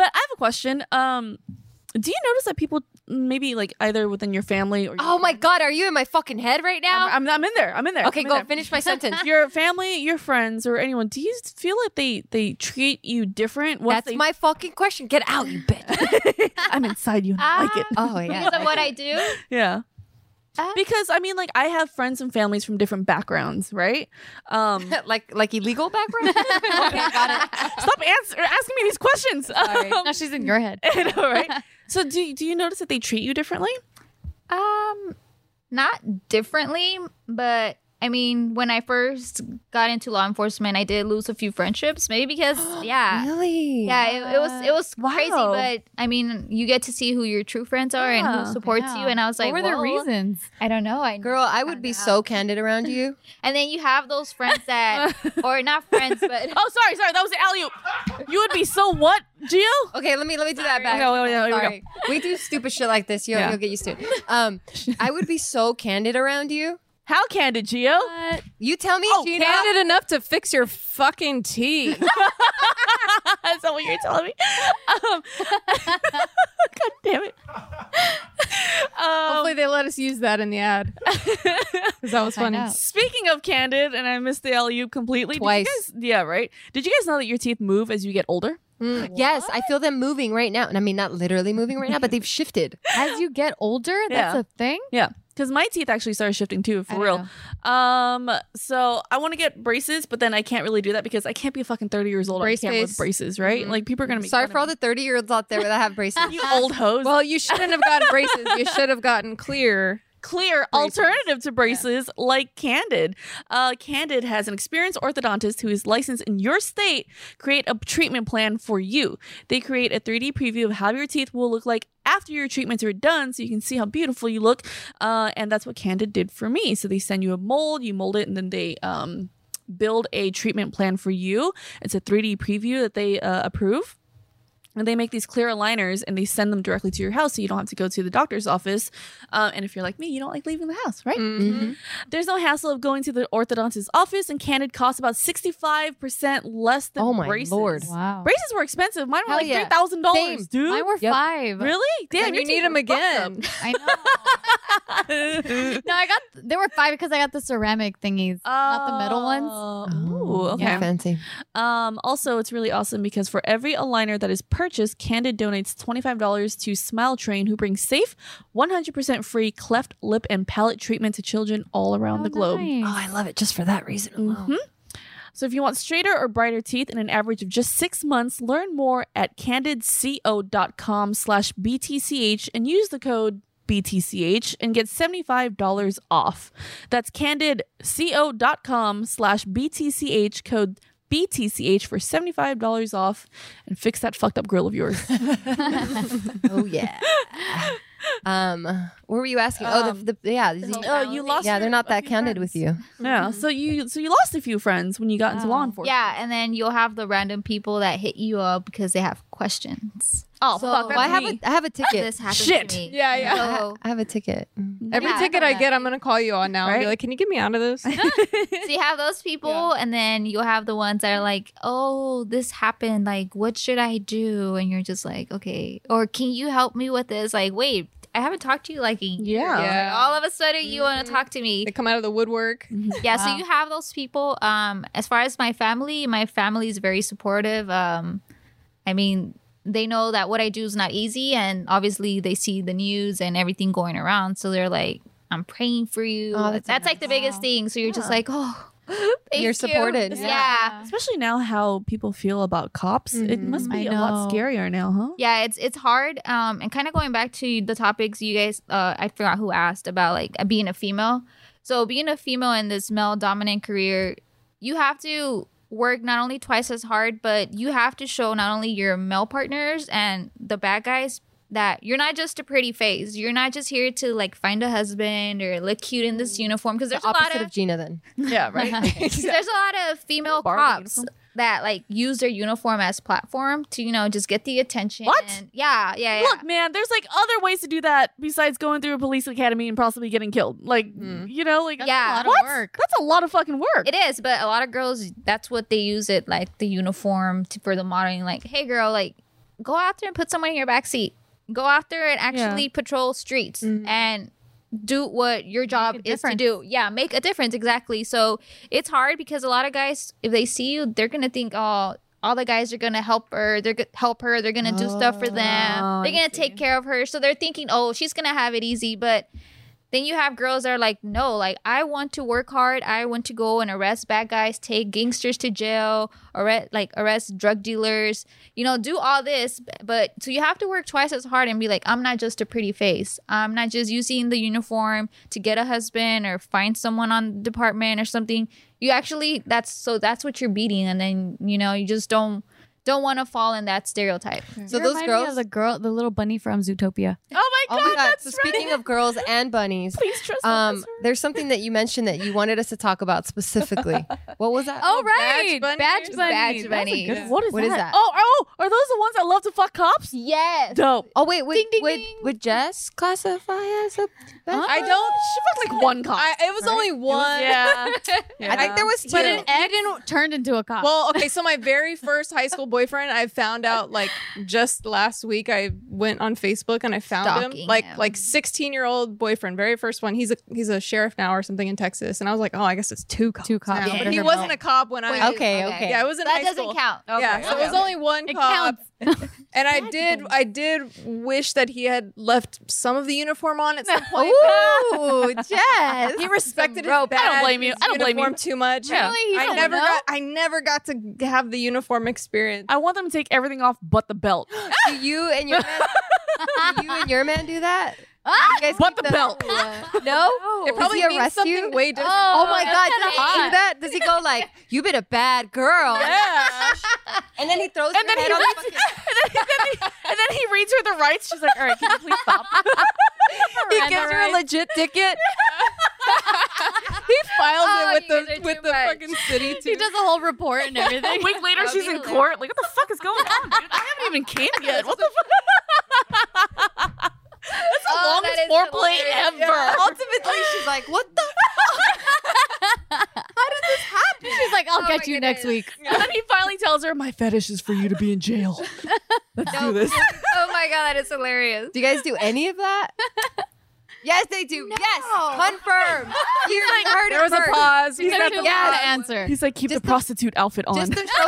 S2: I have a question. Um, do you notice that people maybe like either within your family or
S1: oh my god, are you in my fucking head right now?
S2: I'm, I'm, I'm in there. I'm in there.
S1: okay,
S2: I'm in
S1: go
S2: there.
S1: finish my sentence.
S2: Your family, your friends, or anyone. Do you feel like they they treat you different? once
S1: That's
S2: they-
S1: my fucking question. Get out, you bitch.
S2: I'm inside you. And I like it.
S1: oh yeah.
S5: Because of what I do.
S1: Oh.
S2: Yeah.
S1: Ah.
S5: Uh,
S2: because I mean, like, I have friends and families from different backgrounds, right? Um,
S1: like like illegal background? okay, got it.
S2: stop answer, asking me these questions. Um,
S3: Now she's in your head.
S2: I know, right? So do do you notice that they treat you differently?
S5: Um, not differently, but I mean, when I first got into law enforcement, I did lose a few friendships, maybe because yeah,
S1: Really?
S5: yeah, it, it was it was crazy.
S2: Wow.
S5: But I mean, you get to see who your true friends are and
S2: Yeah.
S5: who supports you. And I was like,
S3: what were the
S5: "Whoa."
S3: reasons?
S5: I don't know. I
S1: Girl, I would be so candid around you.
S5: And then you have those friends that, or not friends, but
S2: Oh, sorry, sorry. That was an alley You would be so what, Gio?
S1: Okay, let me let me do that back.
S2: Okay, wait, wait, wait, here we go.
S1: Sorry. We do stupid shit like this. You'll,
S2: Yeah.
S1: you'll get used to it. Um, I would be so candid around you.
S2: How candid, Gio?
S1: You tell me,
S2: Oh,
S1: Gina.
S4: candid enough to fix your fucking teeth.
S2: That's not what you're telling me. Um, God damn it. Um,
S4: Hopefully, they let us use that in the ad. Because that was
S3: Find
S4: funny.
S3: out.
S2: speaking of candid, and I missed the alley completely. did you
S1: Twice.
S2: guys- yeah, right. Did you guys know that your teeth move as you get older?
S1: Yes, I feel them moving right now. And I mean, not literally moving right now, but they've shifted.
S3: As you get older, that's
S2: Yeah.
S3: a thing.
S2: Yeah, because my teeth actually started shifting too, for
S3: I
S2: real. Um, so I want to get braces, but then I can't really do that because I can't be fucking thirty years old
S4: Brace
S2: on camera with
S4: face.
S2: braces, right? Like people are gonna make
S1: Sorry
S2: fun
S1: for all
S2: of
S1: the 30 year olds out there that have braces.
S2: me. you old hoes.
S4: Well, you shouldn't have gotten braces. You should have gotten clear.
S2: clear alternative to braces like Candid. Uh, Candid has an experienced orthodontist who is licensed in your state create a treatment plan for you. They create a 3D preview of how your teeth will look like after your treatments are done so you can see how beautiful you look. Uh, and that's what Candid did for me. So they send you a mold, you mold it, and then they. Um, build a treatment plan for you it's a 3d preview that they uh, approve and they make these clear aligners and they send them directly to your house so you don't have to go to the doctor's office. Uh, and if you're like me, you don't like leaving the house, right?
S3: Mm-hmm.
S2: Mm-hmm. There's no hassle of going to the orthodontist's office, and Candid costs about 65% less than
S1: Oh my
S2: braces.
S1: lord.
S3: Wow.
S2: Braces were expensive. Mine were
S1: Hell
S2: like
S1: yeah. Same.
S2: $3,000, dude.
S3: Mine were
S1: Yep.
S3: five.
S2: Really? Damn,
S4: And
S2: your
S4: you
S2: teeth
S4: need them
S2: were fucked
S4: again.
S3: I know. no, I got. There were five because I got the ceramic thingies,
S2: up.
S3: not the metal ones.
S2: Oh, Ooh, okay.
S1: Fancy.
S2: Um, also, it's really awesome because for every aligner that is purchase, Candid donates $25 to Smile Train, who brings safe, 100% free cleft lip and palate treatment to children all around the globe.
S1: Oh, I love it just for that reason alone.
S2: So if you want straighter or brighter teeth in an average of just six months, learn more at candidco.com slash BTCH and use the code BTCH and get $75 off. That's candidco.com slash BTCH code BTCH for $75 off and fix that fucked up grill of yours.
S1: Oh yeah. um, what were you asking? oh, the, the yeah, the-
S2: Oh, you lost
S1: yeah. They're
S2: your-
S1: not
S2: a
S1: that
S2: few
S1: candid with
S2: friends.
S1: you.
S2: Yeah. So you so you lost a few friends when you got into law enforcement.
S5: Yeah, and then you'll have the random people that hit you up because they have questions.
S2: Oh,
S5: So-
S2: fuck.
S5: Well,
S2: That's
S1: I have a
S2: me.
S1: I have a ticket.
S5: This happened
S2: Shit.
S5: to me.
S4: Yeah, yeah.
S5: So,
S1: I have a ticket. Mm,
S4: Every
S5: Yeah, I
S4: ticket
S5: know
S4: I
S5: that.
S4: get, I'm gonna call you on now and be
S2: Right?
S4: like, "Can you get me out of this?"
S5: so you have those people,
S4: Yeah.
S5: and then you'll have the ones that are like, "Oh, this happened. Like, what should I do?" And you're just like, "Okay," or "Can you help me with this?" Like, wait, I haven't talked to you like a year.
S2: Yeah.
S4: Yeah.
S5: All of a sudden, you want to talk to me.
S4: they come out of the woodwork.
S5: yeah
S1: Uh-huh.
S5: so you have those people um as far as my family my family is very supportive um i mean they know that what i do is not easy and obviously they see the news and everything going around so they're like i'm praying for you
S1: Oh, that's
S5: that's, like the biggest thing so you're just like oh thank
S1: You're
S5: you.
S1: supported.
S5: yeah. yeah
S3: Yeah.
S2: Especially now how people feel about cops. It must
S3: I
S2: be a lot
S3: know.
S2: scarier now, huh?
S5: it's it's hard um and kind of going back to the topics you guys uh i forgot who asked about like being a female so being a female in this male dominant career you have to work not only twice as hard, but you have to show not only your male partners and the bad guys that you're not just a pretty face. You're not just here to like find a husband or look cute in this uniform because there's a lot
S1: Opposite
S5: of,
S1: of Gina then.
S2: Yeah, right.
S5: 'cause there's a lot of female
S2: Barbie
S5: cops
S2: uniform.
S5: that like use their uniform as platform to you know just get the attention.
S2: What?
S5: Yeah, yeah, yeah.
S2: Look, man, there's like other ways to do that besides going through a police academy and possibly getting killed. Like, you know, like
S5: Yeah.
S2: what? That's a lot of fucking work.
S5: It is, but a lot of girls, that's what they use it like the uniform to, for the modeling. Like, hey, girl, like go out there and put someone in your backseat. Go out there and actually patrol streets
S2: Mm-hmm.
S5: and do what your job
S3: a
S5: is to
S3: difference.
S5: do. Yeah, make a difference exactly. So it's hard because a lot of guys, if they see you, they're gonna think, oh. All the guys are gonna help her. They're gonna help her. They're gonna do stuff for
S2: Oh,
S5: them. They're
S2: I
S5: gonna take care of her. So they're thinking, oh, she's gonna have it easy. But then you have girls that are like, no, like I want to work hard. I want to go and arrest bad guys, take gangsters to jail, arrest like arrest drug dealers. You know, do all this, b- but so you have to work twice as hard and be like, I'm not just a pretty face. I'm not just using the uniform to get a husband or find someone on the department or something. You actually that's so that's what you're beating, and then you know you just don't don't want to fall in that stereotype.
S1: So
S3: You
S1: those
S3: remind me of
S1: girls.
S3: the girl, the little bunny from Zootopia.
S2: oh my
S1: Oh
S2: god,
S1: my god.
S2: that's
S1: So speaking of girls and bunnies,
S2: please trust
S1: um,
S2: me.
S1: there's something that you mentioned that you wanted us to talk about specifically. What was that?
S3: Oh,
S4: Badge
S3: right,
S4: Bunny.
S3: Badge Bunny.
S5: Badge Bunny.
S2: That's- What is
S1: What
S2: that?
S1: is that?
S2: Oh, oh, are those the ones that love to fuck cops?
S5: Yes.
S2: Dope.
S1: Oh wait, would,
S5: Ding, ding,
S1: would,
S5: ding.
S1: would Jess classify as a?
S4: I don't.
S2: She fucked like one cop.
S4: I, it was only one.
S2: yeah.
S1: I think there was two.
S4: But an ex-
S3: Turned into a cop.
S4: Well, okay, so my very first high school boyfriend, I found out like just last week. I went on Facebook and I found
S5: Stalking
S4: him, like
S5: him.
S4: like sixteen year old boyfriend, very first one. He's a he's a sheriff now or something in Texas, and I was like, oh, I guess it's two cops.
S3: Two cops.
S4: now.
S5: Yeah.
S4: but he wasn't a cop when I.
S5: Wait,
S1: Okay, okay.
S4: Yeah, I was in
S5: that
S4: high
S5: doesn't
S4: school.
S5: count.
S4: yeah, so it was only one
S3: It
S4: cop, and I did I did wish that he had left some of the uniform on at some point.
S1: Ooh, Jess.
S4: He respected his
S2: rope. I don't
S4: badge,
S2: blame you.
S4: his
S2: I don't blame you.
S4: uniform too much.
S2: Yeah.
S3: Really? You
S4: I
S3: don't
S4: never
S3: know?
S4: got I never got to have the uniform experience.
S2: I want them to take everything off but the belt.
S1: Do you and your man, do you and your man do that? Do you guys
S2: What
S1: keep
S2: the belt?
S1: No,
S4: It probably
S1: Does he
S4: means
S1: arrest
S4: something
S1: you?
S4: way different.
S1: Oh, my
S3: that's
S1: God!
S3: kinda
S1: Does he do
S3: hot.
S1: that? Does he go like, "You've been a bad girl,"
S4: Yeah.
S1: and then he throws
S2: And
S1: your
S2: then
S1: head
S2: he
S1: on the
S2: reads, and, then, and then he- and then he reads her the rights. She's like, "All right, can you please stop?"
S1: fucking- He gives her a legit ticket.
S4: he filed
S5: Oh,
S4: it
S5: you guys
S4: with the
S5: are
S4: with
S5: too
S4: the
S5: much.
S4: fucking city too.
S3: he does a whole report and
S2: A
S3: everything.
S2: week later,
S5: That'd
S2: she's
S5: be
S2: in
S5: hilarious.
S2: court. Like, what the fuck is going on, dude? I haven't even came yet. What the fuck? That's the
S5: Oh,
S2: longest
S5: that is
S2: foreplay
S5: hilarious.
S2: ever.
S1: Ultimately, she's like, "What the?"
S3: She's like, I'll
S5: Oh my
S3: get you next
S5: goodness.
S3: week.
S2: And then he finally tells her, "My fetish is for you to be in jail. Let's do this."
S5: oh my god, that is hilarious.
S1: Do you guys do any of that? Yes, they do. Yes, confirm. You heard
S4: there
S1: it
S4: was a
S1: first.
S4: pause.
S3: She's
S4: We
S3: like,
S4: got
S3: too
S4: the
S3: yeah,
S4: pause.
S3: to answer.
S2: He's like, "Keep
S1: Just
S2: the
S1: the-
S2: prostitute outfit on."
S1: Just the show-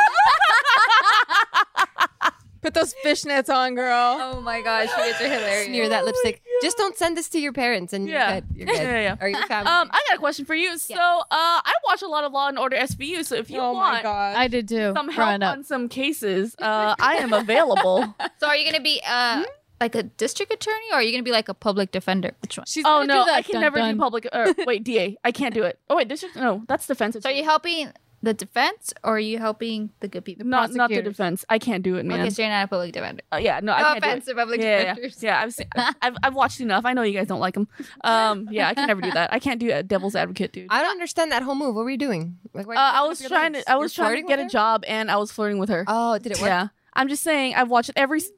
S4: Put those fishnets on, girl.
S5: Oh my gosh, you guys are hilarious.
S1: Smear that lipstick. Just don't send this to your parents and
S2: Yeah.
S1: you're good. You're good.
S2: Yeah, yeah.
S1: Or your family.
S2: Um, I got a question for you. So, uh, I watch a lot of Law and Order SVU. So if you
S4: oh my
S2: want
S4: god.
S3: I did too.
S2: some help
S3: growing up.
S2: on some cases, uh, I am available.
S5: So are you gonna be uh
S2: Hmm?
S5: like a district attorney or are you gonna be like a public defender? Which one?
S3: She's
S2: oh
S3: gonna do
S2: no,
S3: that.
S2: I can
S3: Dun,
S2: never
S3: dun.
S2: do public. Or, wait, DA, I can't do it. Oh wait, this is no, that's defensive.
S5: So are you helping the defense or are you helping the good people?
S2: not not the
S3: prosecutors?
S2: defense. I can't do it, man.
S5: Okay, so you're not a public defender.
S2: Uh, yeah, no, I
S5: No
S2: can't do it.
S5: offense to public
S2: yeah, yeah, yeah,
S5: defenders.
S2: yeah. I've, seen, I've I've watched enough. I know you guys don't like them. Um, yeah, I can never do that. I can't do a devil's advocate, dude. Uh,
S1: I don't understand that whole move. What were you doing? Like, why
S2: I was trying to I was trying to get a
S1: job.
S2: job, and I was flirting with her.
S1: Oh, did it work?
S2: yeah, I'm just saying. I've watched every s-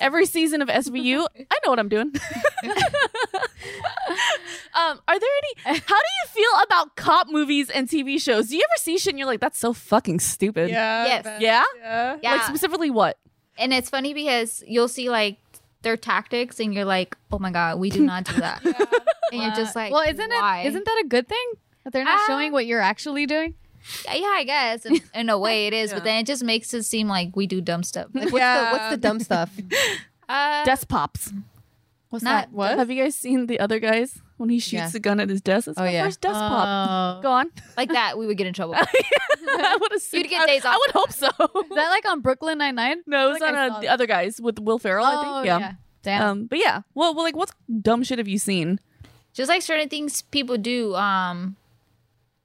S2: every season of SVU. I know what I'm doing. um, are there any? How do you feel about cop movies and TV shows? Do you ever see shit and you're like, that's so fucking stupid?
S4: yeah.
S5: Yes.
S4: that-
S2: Yeah?
S4: Yeah.
S5: Yeah.
S2: Like specifically what?
S5: and it's funny because you'll see like their tactics and you're like, Oh my god, we do not do that. And you're just like,
S3: well, isn't
S5: why?
S3: it? Isn't that a good thing that they're not
S5: Ah.
S3: showing what you're actually doing?
S5: yeah, I guess. In, in a way it is, but then it just makes it seem like we do dumb stuff.
S1: What's,
S5: Like,
S1: the, what's the dumb stuff?
S5: uh,
S2: Desk pops.
S3: What's
S5: Not-
S3: that? What?
S2: Have you guys seen the other guys when he shoots
S1: Yeah.
S2: the gun at his desk? It's
S1: Oh,
S2: my
S1: yeah.
S2: first desk pop.
S3: Oh.
S2: Go on.
S5: like that, we would get in trouble.
S2: I would assume.
S5: You'd get
S2: I-
S5: days
S2: I,
S5: off.
S2: would hope so.
S3: Is that like on Brooklyn Nine Nine?
S2: no, it's
S3: I
S2: on
S3: saw
S2: uh, the
S3: that. Oh,
S2: other guys with Will Ferrell. I think.
S3: Damn.
S2: Um, but yeah. Well, well, like, what dumb shit have you seen?
S5: just like certain things people do um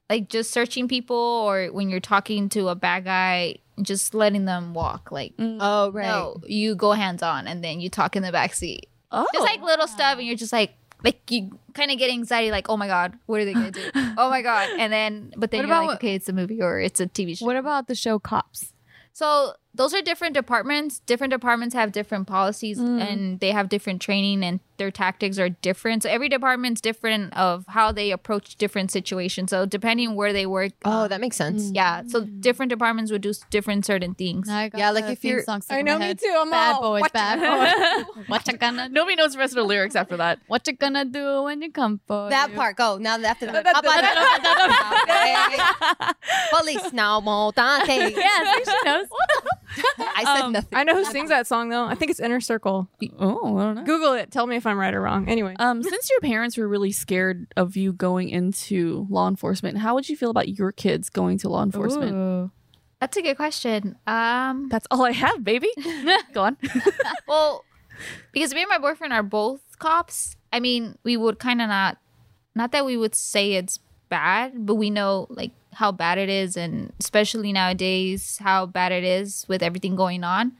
S5: like just searching people or when you're talking to a bad guy just letting them walk like
S1: Oh, right.
S5: no you go hands on and then you talk in the back seat
S2: Oh,
S5: just like little stuff and you're just like like you kind of get anxiety like oh my god what are they gonna do oh my god and then but then
S3: What
S5: you're
S3: about
S5: like
S3: what-
S5: okay it's a movie or it's a tv show
S3: What about the show Cops?
S5: so those are different departments. Different departments have different policies and they have different training and their tactics are different. So every department's different of how they approach different situations. So depending where they work,
S1: Oh, that makes
S2: Mm.
S1: sense.
S5: yeah. So different departments would do s- different certain things.
S3: Now I got
S1: Yeah, like
S3: the
S1: if
S3: theme
S1: you're-
S3: song stuck
S4: I
S3: in my
S4: know, me
S3: head.
S4: too. I'm
S3: bad
S4: all,
S3: boys,
S4: what
S3: bad boys. what you gonna do?
S2: nobody knows the rest of the lyrics after that.
S3: What you gonna do when you come
S2: Oh,
S3: for
S1: That
S3: you?
S1: part, go. Now, after that.
S4: that-
S1: Okay. Police now, Montante.
S3: Yeah, she knows.
S1: I said
S2: Um,
S1: nothing.
S4: I know who sings that song though. I think it's Inner Circle.
S2: Oh, I don't know.
S4: Google it. Tell me if I'm right or wrong. Anyway,
S2: Um, since your parents were really scared of you going into law enforcement, how would you feel about your kids going to law enforcement?
S3: Ooh.
S5: That's a good question. Um,
S2: That's all I have, baby. Go on.
S5: well, because me and my boyfriend are both cops. I mean, we would kind of not, not that we would say it's bad, but we know like how bad it is, and especially nowadays, how bad it is with everything going on.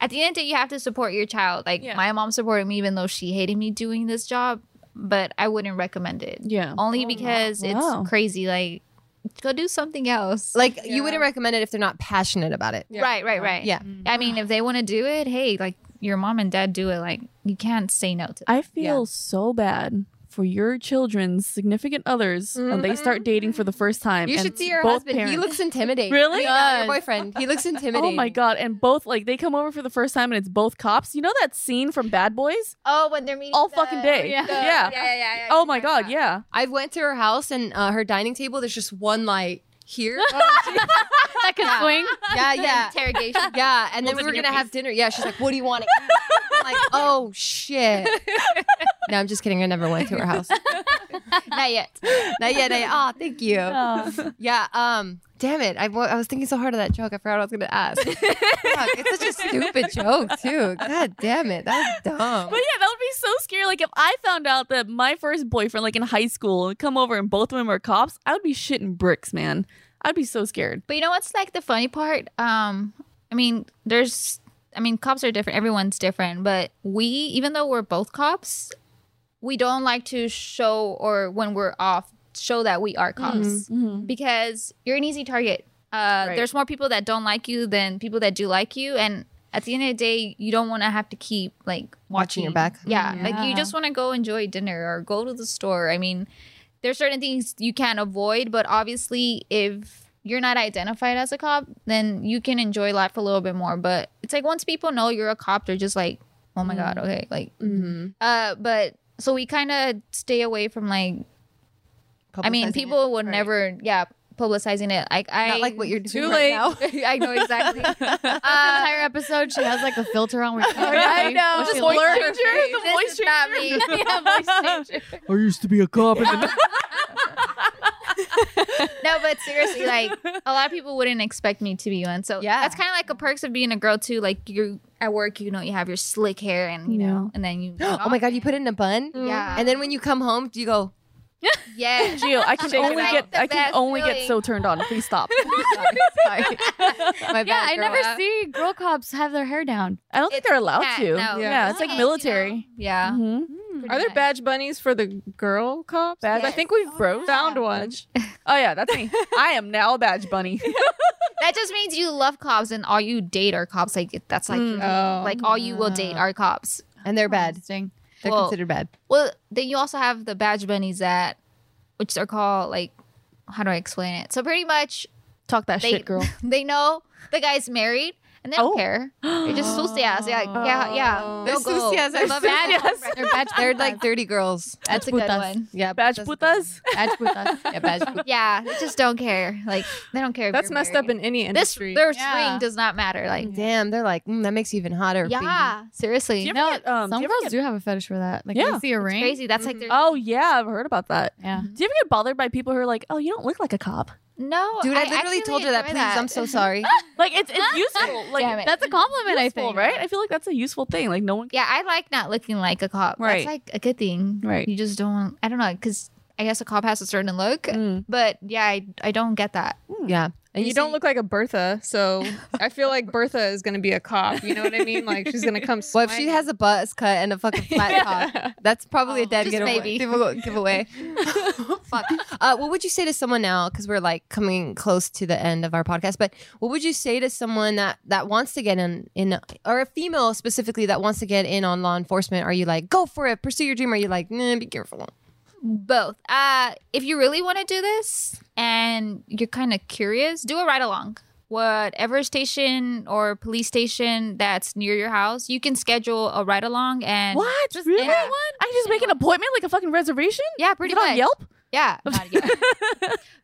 S5: At the end of the day, you have to support your child. Like
S2: Yeah.
S5: my mom supported me, even though she hated me doing this job, but I wouldn't recommend it.
S2: Yeah. Oh,
S5: Only because
S2: Wow.
S5: it's crazy. Like, go do something else.
S1: Like, you wouldn't recommend it if they're not passionate about it.
S5: Right, right, right.
S1: Yeah.
S5: I mean, if they want to do it, hey, like your mom and dad do it. Like you can't say no to. That.
S2: I feel so bad for your children's significant others when they start dating for the first time.
S1: You
S2: and
S1: should see your
S2: both
S1: husband. He
S2: parents-
S1: looks intimidating.
S2: Really?
S1: You know, your boyfriend. He looks intimidating.
S2: Oh my god! And both like they come over for the first time, and it's both cops. You know that scene from Bad Boys?
S5: Oh, when they're meeting
S2: All fucking day.
S3: yeah.
S2: Yeah.
S3: The-
S2: yeah. Oh my god! Yeah.
S1: I went to her house and uh, her dining table. There's just one light here.
S3: That could swing.
S1: yeah, yeah,
S5: Interrogation.
S1: yeah. And then
S2: Holds
S1: we
S2: it
S1: were
S2: in your
S1: gonna have dinner. Yeah, she's like, "What do you want?" to eat?" I'm like, "Oh shit." no, I'm just kidding. I never went to her house.
S5: Not yet.
S1: Not yet. I, oh, thank you. Yeah. Um. Damn it. I, wa- I was thinking so hard of that joke. I forgot what I was gonna ask. Fuck, it's such a stupid joke too. God damn it. That was dumb.
S2: But yeah, that would be so scary. Like if I found out that my first boyfriend, like in high school, would come over and both of them are cops, I would be shitting bricks, man. I'd be so scared.
S5: But you know what's like the funny part? Um, I mean, there's, I mean, cops are different. Everyone's different. But we, even though we're both cops, we don't like to show or when we're off, show that we are cops
S1: Mm-hmm,
S5: because you're an easy target. Uh, There's more people that don't like you than people that do like you, and at the end of the day, you don't want to have to keep like
S1: Watching your back.
S5: Yeah, like you
S3: Yeah.
S5: just want to go enjoy dinner or go to the store. I mean, there's certain things you can't avoid, but obviously, if you're not identified as a cop, then you can enjoy life a little bit more. But it's like once people know you're a cop, they're just like, oh my
S1: Mm.
S5: god, okay, like,
S1: Mm-hmm.
S5: uh, but so we kind of stay away from like I mean,
S1: Publicizing it.
S5: people would never, yeah, publicizing it. Like I
S1: Not like what you're doing
S4: Too
S1: right
S4: late.
S1: now.
S5: I know exactly.
S3: the
S5: Uh,
S3: entire episode, she has like a filter on. Where she-
S4: I
S3: What she
S4: know. Just
S3: looks
S2: The
S3: like.
S4: blur her
S5: this
S2: voice
S5: is not me.
S6: I used to be a cop.
S5: no, but seriously, like a lot of people wouldn't expect me to be one. So
S1: Yeah.
S5: that's kind of like a perks of being a girl too. Like you at work, you know, you have your slick hair and you know, and then you. Mm-hmm.
S1: oh my god, you put it in a bun?
S5: Yeah.
S1: And then when you come home, do you go,
S5: yeah.
S2: Gio, I can
S5: Shake it
S2: only
S5: out.
S2: get
S5: The
S2: I can
S5: best
S2: only get
S5: feeling.
S2: so turned on. Please stop.
S1: sorry, sorry. My bad,
S3: yeah, I
S1: girl.
S3: never see girl cops have their hair down.
S2: I don't think
S5: It's-
S2: they're allowed
S5: yeah,
S2: to.
S5: no.
S2: Yeah,
S4: Yeah.
S2: it's like
S5: Okay,
S2: military.
S5: you know, Hmm. yeah.
S2: Mhm.
S4: Are there badge bunnies for the girl cops?
S2: Badge-
S4: I think we have found one.
S2: Oh yeah, that's me. I am now a badge bunny.
S5: That just means you love cops and all you date are cops. Like that's like you-
S4: Oh.
S5: like all you will date are cops.
S1: And they're bad.
S3: Interesting.
S1: They're
S5: Well,
S1: considered bad.
S5: Well, then you also have the badge bunnies that, which are called like, how do I explain it? So pretty much
S2: Talk that
S5: they
S2: shit, girl.
S5: they know the guy's married and they don't
S2: Oh.
S5: care. They're just sucias. Yeah, yeah, yeah. They'll
S1: They're
S5: go.
S1: sucias. They're
S5: Love it.
S1: They're bad. They're like dirty girls.
S5: That's a good
S3: putas.
S5: one.
S1: Yeah,
S2: Badge
S1: that's-
S2: putas.
S3: Badge putas.
S1: Yeah, badge putas.
S5: Yeah, they just don't care. Like they don't care. if
S4: That's
S5: you're
S4: messed up
S5: married.
S4: in any
S5: this.
S4: industry.
S5: Their
S3: Yeah.
S5: ring does not matter. Like
S1: Damn, they're like mm, that makes you even hotter.
S5: yeah, seriously.
S2: Do you ever
S3: No,
S2: get, um, do
S3: some
S2: you ever
S3: girls
S2: get-
S3: do have a fetish for that. Like,
S2: Yeah.
S3: they see a ring.
S5: Crazy. That's like their
S2: Oh yeah, I've heard about that.
S3: Yeah.
S2: Do you ever get bothered by people who are like, "Oh, you don't look like a cop"?
S5: no,
S1: dude. I, literally
S5: actually
S1: told her that.
S5: enjoy
S1: Please, I'm so sorry.
S2: Like it's it's useful. Like
S5: Damn it.
S3: That's a compliment, I
S2: useful,
S3: think.
S2: right? I feel like that's a useful thing. Like no one.
S5: Yeah, I like not looking like a cop. That's
S2: Right.
S5: like a good thing.
S2: Right.
S5: You just don't. I don't know because I guess a cop has a certain look.
S2: Mm.
S5: But yeah, I, I don't get that.
S1: yeah,
S4: and you don't look like a Bertha, so I feel like Bertha is going to be a cop. You know what I mean? Like she's going to come.
S1: Well, if she has a buzz cut and a fucking flat top, that's probably a dead
S5: just
S1: giveaway.
S5: maybe.
S1: Give- giveaway.
S5: Fuck.
S1: Uh, what would you say to someone now? Because we're like coming close to the end of our podcast, but what would you say to someone that that wants to get in in or a female specifically that wants to get in on law enforcement? Are you like go for it, pursue your dream? Or are you like nah, be careful?
S5: Both. Uh, if you really want to do this and you're kind of curious, do a ride along. Whatever station or police station that's near your house, you can schedule a ride along and
S2: What?
S5: Just
S2: really?
S5: anyone.
S2: I can just make an appointment, like a fucking reservation.
S5: Yeah, pretty
S2: Is it on
S5: much.
S2: Yelp.
S5: Yeah, not yet.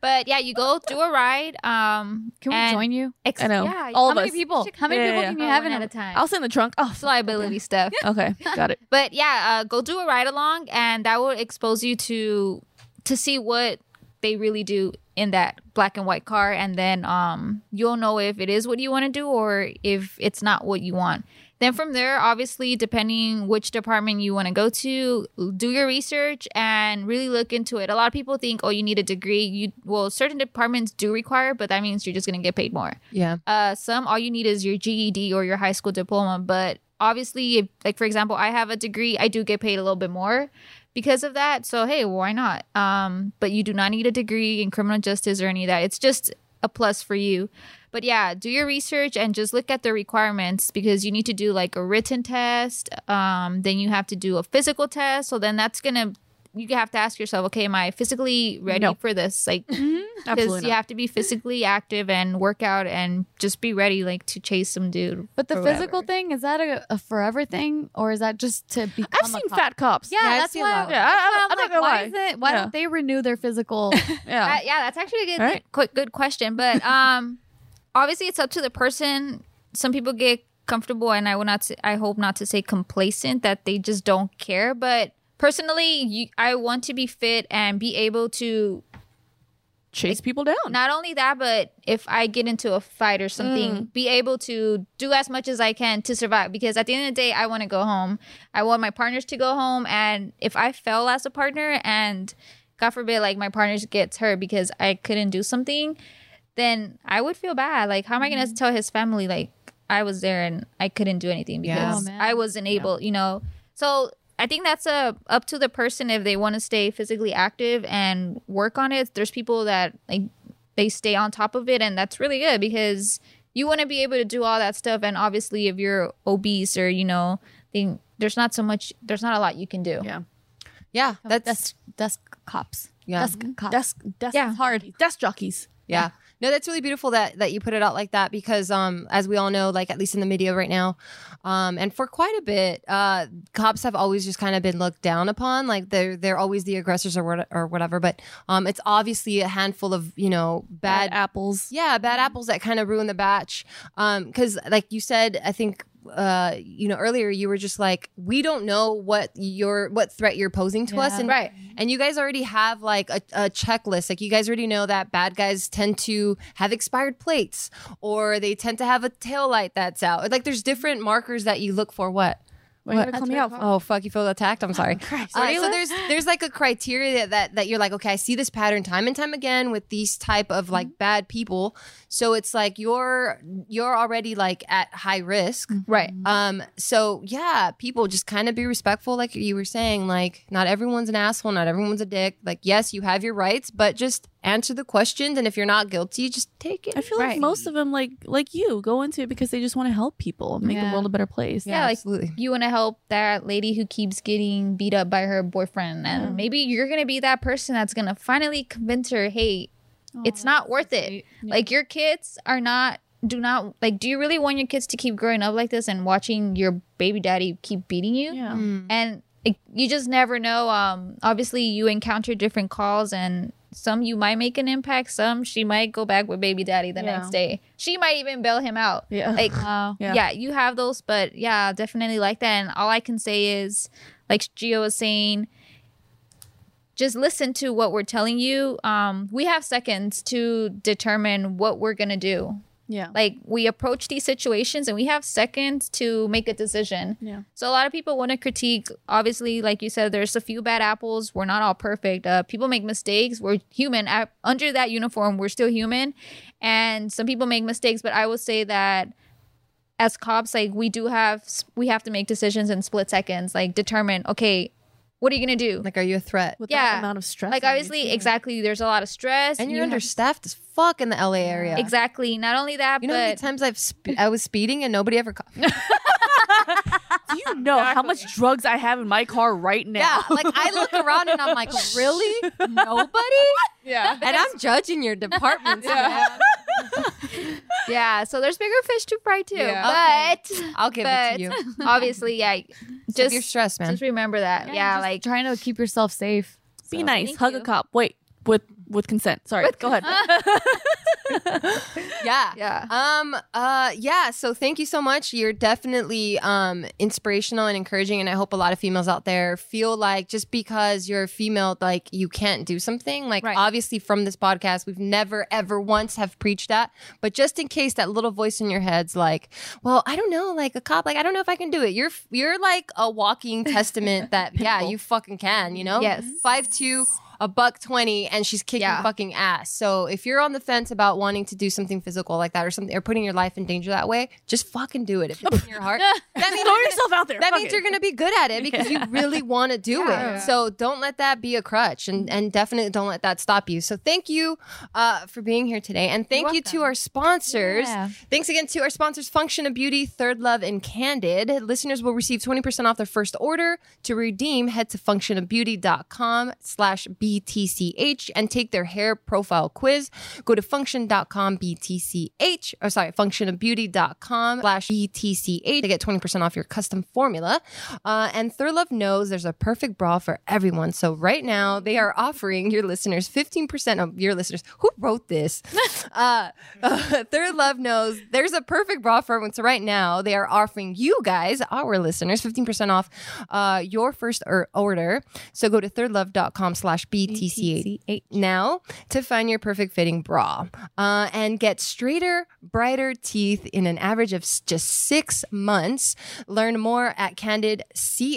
S5: but yeah, you go do a ride. Um,
S3: Can we
S5: and
S3: join you?
S5: ex-
S2: I know.
S5: Yeah,
S2: All
S5: how
S2: of
S5: many
S2: us.
S5: people?
S3: How many
S2: Yeah,
S3: people
S2: yeah,
S3: can
S5: Oh,
S3: you have
S5: one at
S3: in a
S5: a time?
S2: I'll sit in the trunk. Oh,
S5: It's liability stuff.
S2: okay, got it.
S5: But yeah, uh, go do a ride along, and that will expose you to to see what they really do in that black and white car, and then um, you'll know if it is what you want to do or if it's not what you want. Then from there, obviously, depending which department you want to go to, do your research and really look into it. A lot of people think, oh, you need a degree. You well, certain departments do require, but that means you're just gonna get paid more.
S1: Yeah,
S5: Uh, some all you need is your GED or your high school diploma. But obviously, if, like for example, I have a degree, I do get paid a little bit more because of that. So hey, why not? Um, but you do not need a degree in criminal justice or any of that. It's just a plus for you. But yeah, do your research and just look at the requirements because you need to do like a written test. Um, then you have to do a physical test. So then that's gonna you have to ask yourself, okay, am I physically ready
S2: No.
S5: for this? Like
S2: Absolutely
S5: because
S2: not.
S5: you have to be physically active and work out and just be ready like to chase some dude
S3: But the
S5: or
S3: physical
S5: whatever.
S3: thing, is that a, a forever thing or is that just to become
S2: I've
S3: a
S2: seen
S3: cop?
S2: fat cops.
S3: Yeah,
S1: Yeah, I've
S3: that's
S1: seen a
S3: why.
S1: lot.
S2: Yeah, I, I,
S3: I'm,
S2: I'm, not
S3: like,
S2: gonna
S3: why
S2: lie.
S3: is it? Why
S2: Yeah.
S3: don't they renew their physical?
S5: Uh,
S2: Yeah.
S5: yeah that's actually a good
S2: Right.
S5: qu- good question but um obviously it's up to the person some people get comfortable and i will not say, i hope not to say complacent that they just don't care but personally you, i want to be fit and be able to
S2: Chase people down.
S5: not only that but if i get into a fight or something be able to do as much as i can to survive because at the end of the day i want to go home i want my partners to go home and if i fail as a partner and god forbid like my partners gets hurt because i couldn't do something then i would feel bad like how am i going to tell his family like i was there and i couldn't do anything
S1: Yeah.
S5: because
S3: Oh, man.
S5: i wasn't able you know so I think that's a up to the person if they want to stay physically active and work on it. There's people that like they stay on top of it and that's really good because you want to be able to do all that stuff and obviously if you're obese or you know then there's not so much there's not a lot you can do
S2: Yeah.
S1: yeah, that's
S3: desk, desk cops.
S1: Yeah.
S3: Desk cops.
S2: Mm-hmm. Desk, desk,
S5: Yeah.
S2: hard. Desk jockeys.
S1: Yeah. No, that's really beautiful that that you put it out like that because um as we all know, like at least in the media right now, um and for quite a bit, uh cops have always just kind of been looked down upon, like they're they're always the aggressors or what, or whatever, but um it's obviously a handful of, you know, bad
S2: apples.
S1: yeah, bad apples Mm-hmm. that kind of ruin the batch. Um, because like you said, I think uh, you know, earlier you were just like, we don't know what your what threat you're posing to us, and right, and you guys already have like a, a checklist. Like you guys already know that bad guys tend to have expired plates, or they tend to have a tail light that's out. Like there's different markers that you look for. What?
S2: Why are you gonna call me out?
S1: Oh fuck, you feel attacked. I'm sorry. Uh, so there's there's like a criteria that, that that you're like, okay, I see this pattern time and time again with these type of like bad people. So it's like you're you're already like at high risk.
S4: Right.
S1: Um so yeah, people just kind of be respectful like you were saying like not everyone's an asshole, not everyone's a dick. Like yes, you have your rights, but just answer the questions and if you're not guilty, just take it.
S2: I feel like
S1: Right.
S2: most of them, like like you, go into it because they just want to help people, and make the
S5: Yeah.
S2: world a better place.
S5: Yeah, like-
S1: absolutely.
S5: you want to help that lady who keeps getting beat up by her boyfriend and
S3: Mm.
S5: maybe you're gonna be that person that's gonna finally convince her hey it's not worth it like your kids are not do not like do you really want your kids to keep growing up like this and watching your baby daddy keep beating you
S2: yeah.
S3: Mm.
S5: and it, you just never know um obviously you encounter different calls and some you might make an impact some she might go back with baby daddy the
S2: Yeah.
S5: next day she might even bail him out
S2: Yeah.
S5: like uh,
S2: Yeah.
S5: yeah. you have those but yeah definitely like that and all i can say is like geo was saying just listen to what we're telling you um we have seconds to determine what we're gonna do
S2: yeah.
S5: like we approach these situations and we have seconds to make a decision
S2: Yeah.
S5: so a lot of people want to critique obviously like you said there's a few bad apples we're not all perfect uh, people make mistakes we're human I, under that uniform we're still human and some people make mistakes but i will say that as cops like we do have we have to make decisions in split seconds like determine okay what are you gonna do
S1: Like are you a threat?
S2: With that
S5: Yeah.
S2: amount of stress.
S5: like
S2: on you,
S5: obviously
S2: too.
S5: exactly there's a lot of stress
S1: and
S5: you
S1: you're
S5: have-
S1: understaffed as fuck in the LA area.
S5: exactly not only that
S1: You know
S5: but
S1: how many times I've sp- I was speeding and nobody ever caught.
S2: Do you know how much drugs I have in my car right now?
S1: Yeah, like I look around and I'm like, really? Nobody?
S4: Yeah.
S1: And I'm judging your departments.
S4: Yeah.
S5: yeah so there's bigger fish to fry too
S4: Yeah.
S5: but
S1: man. I'll give it
S5: but
S1: to you.
S5: obviously yeah
S1: Just your
S5: just
S1: stress, man.
S5: just remember that yeah,
S3: just
S5: like
S3: trying to keep yourself safe.
S2: Be nice.
S5: Thank
S2: Hug a
S5: you.
S2: cop. Wait, with with consent. Sorry. go ahead.
S1: yeah.
S5: yeah
S1: Um. Uh. Yeah. So thank you so much. You're definitely um inspirational and encouraging, and I hope a lot of females out there feel like just because you're a female, like you can't do something. Like
S5: Right.
S1: obviously from this podcast, we've never ever once have preached that. But just in case that little voice in your head's like, well, I don't know, like a cop, like I don't know if I can do it. You're you're like a walking testament that yeah, you fucking can. You know.
S5: Yes.
S1: Five two. A buck twenty, and she's kicking
S5: Yeah.
S1: fucking ass. So if you're on the fence about wanting to do something physical like that or something, or putting your life in danger that way, just fucking do it. If it's in your heart, that means
S2: Throw
S1: you're gonna-
S2: yourself out there.
S1: that
S2: Fuck
S1: means
S2: it.
S1: you're gonna be good at it because you really want to do it. So don't let that be a crutch, and and definitely don't let that stop you. So thank you uh, for being here today, and thank you to our sponsors.
S3: Yeah.
S1: Thanks again to our sponsors, Function of Beauty, Third Love, and Candid. Listeners will receive 20% off their first order. To redeem, head to functionofbeauty.com slash BTCH and take their hair profile quiz. Go to function.com BTCH, or sorry, functionofbeauty.com slash BTCH to get 20% off your custom formula. Uh, and Third Love knows there's a perfect bra for everyone. So right now, they are offering your listeners 15% of your listeners. Who wrote this? uh, Third Love knows there's a perfect bra for everyone. So right now they are offering you guys, our listeners, 15% off uh, your first or- order. So go to thirdlove.com slash BTC88 now to find your perfect fitting bra uh, and get straighter, brighter teeth in an average of s- just six months. Learn more at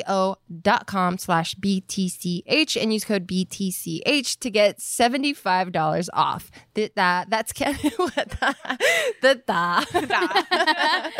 S1: candidco.com slash BTCH and use code BTCH to get $75 off. Th- that, that's candid. that, that.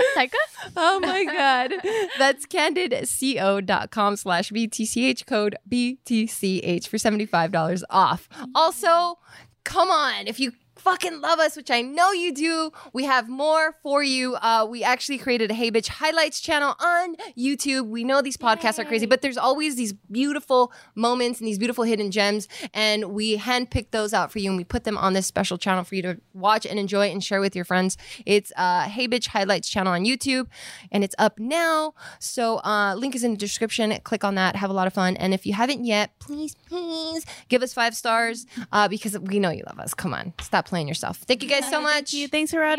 S1: Oh my God. That's candidco.com slash BTCH code BTCH for $75 off. Also, come on. If you fucking love us, which I know you do, we have more for you. Uh, we actually created a Hey Bitch Highlights channel on YouTube. We know these podcasts are crazy, but there's always these beautiful moments and these beautiful hidden gems, and we handpick those out for you and we put them on this special channel for you to watch and enjoy and share with your friends. It's uh, Hey Bitch Highlights channel on YouTube, and it's up now. So uh, link is in the description. Click on that. Have a lot of fun. And if you haven't yet, please, please give us five stars uh, because we know you love us. Come on, stop playing yourself. Thank you guys so much.
S2: Thanks, Harati.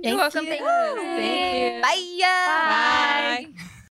S1: Thank
S5: You're welcome.
S1: you.
S5: Thank you.
S1: Bye. Bye.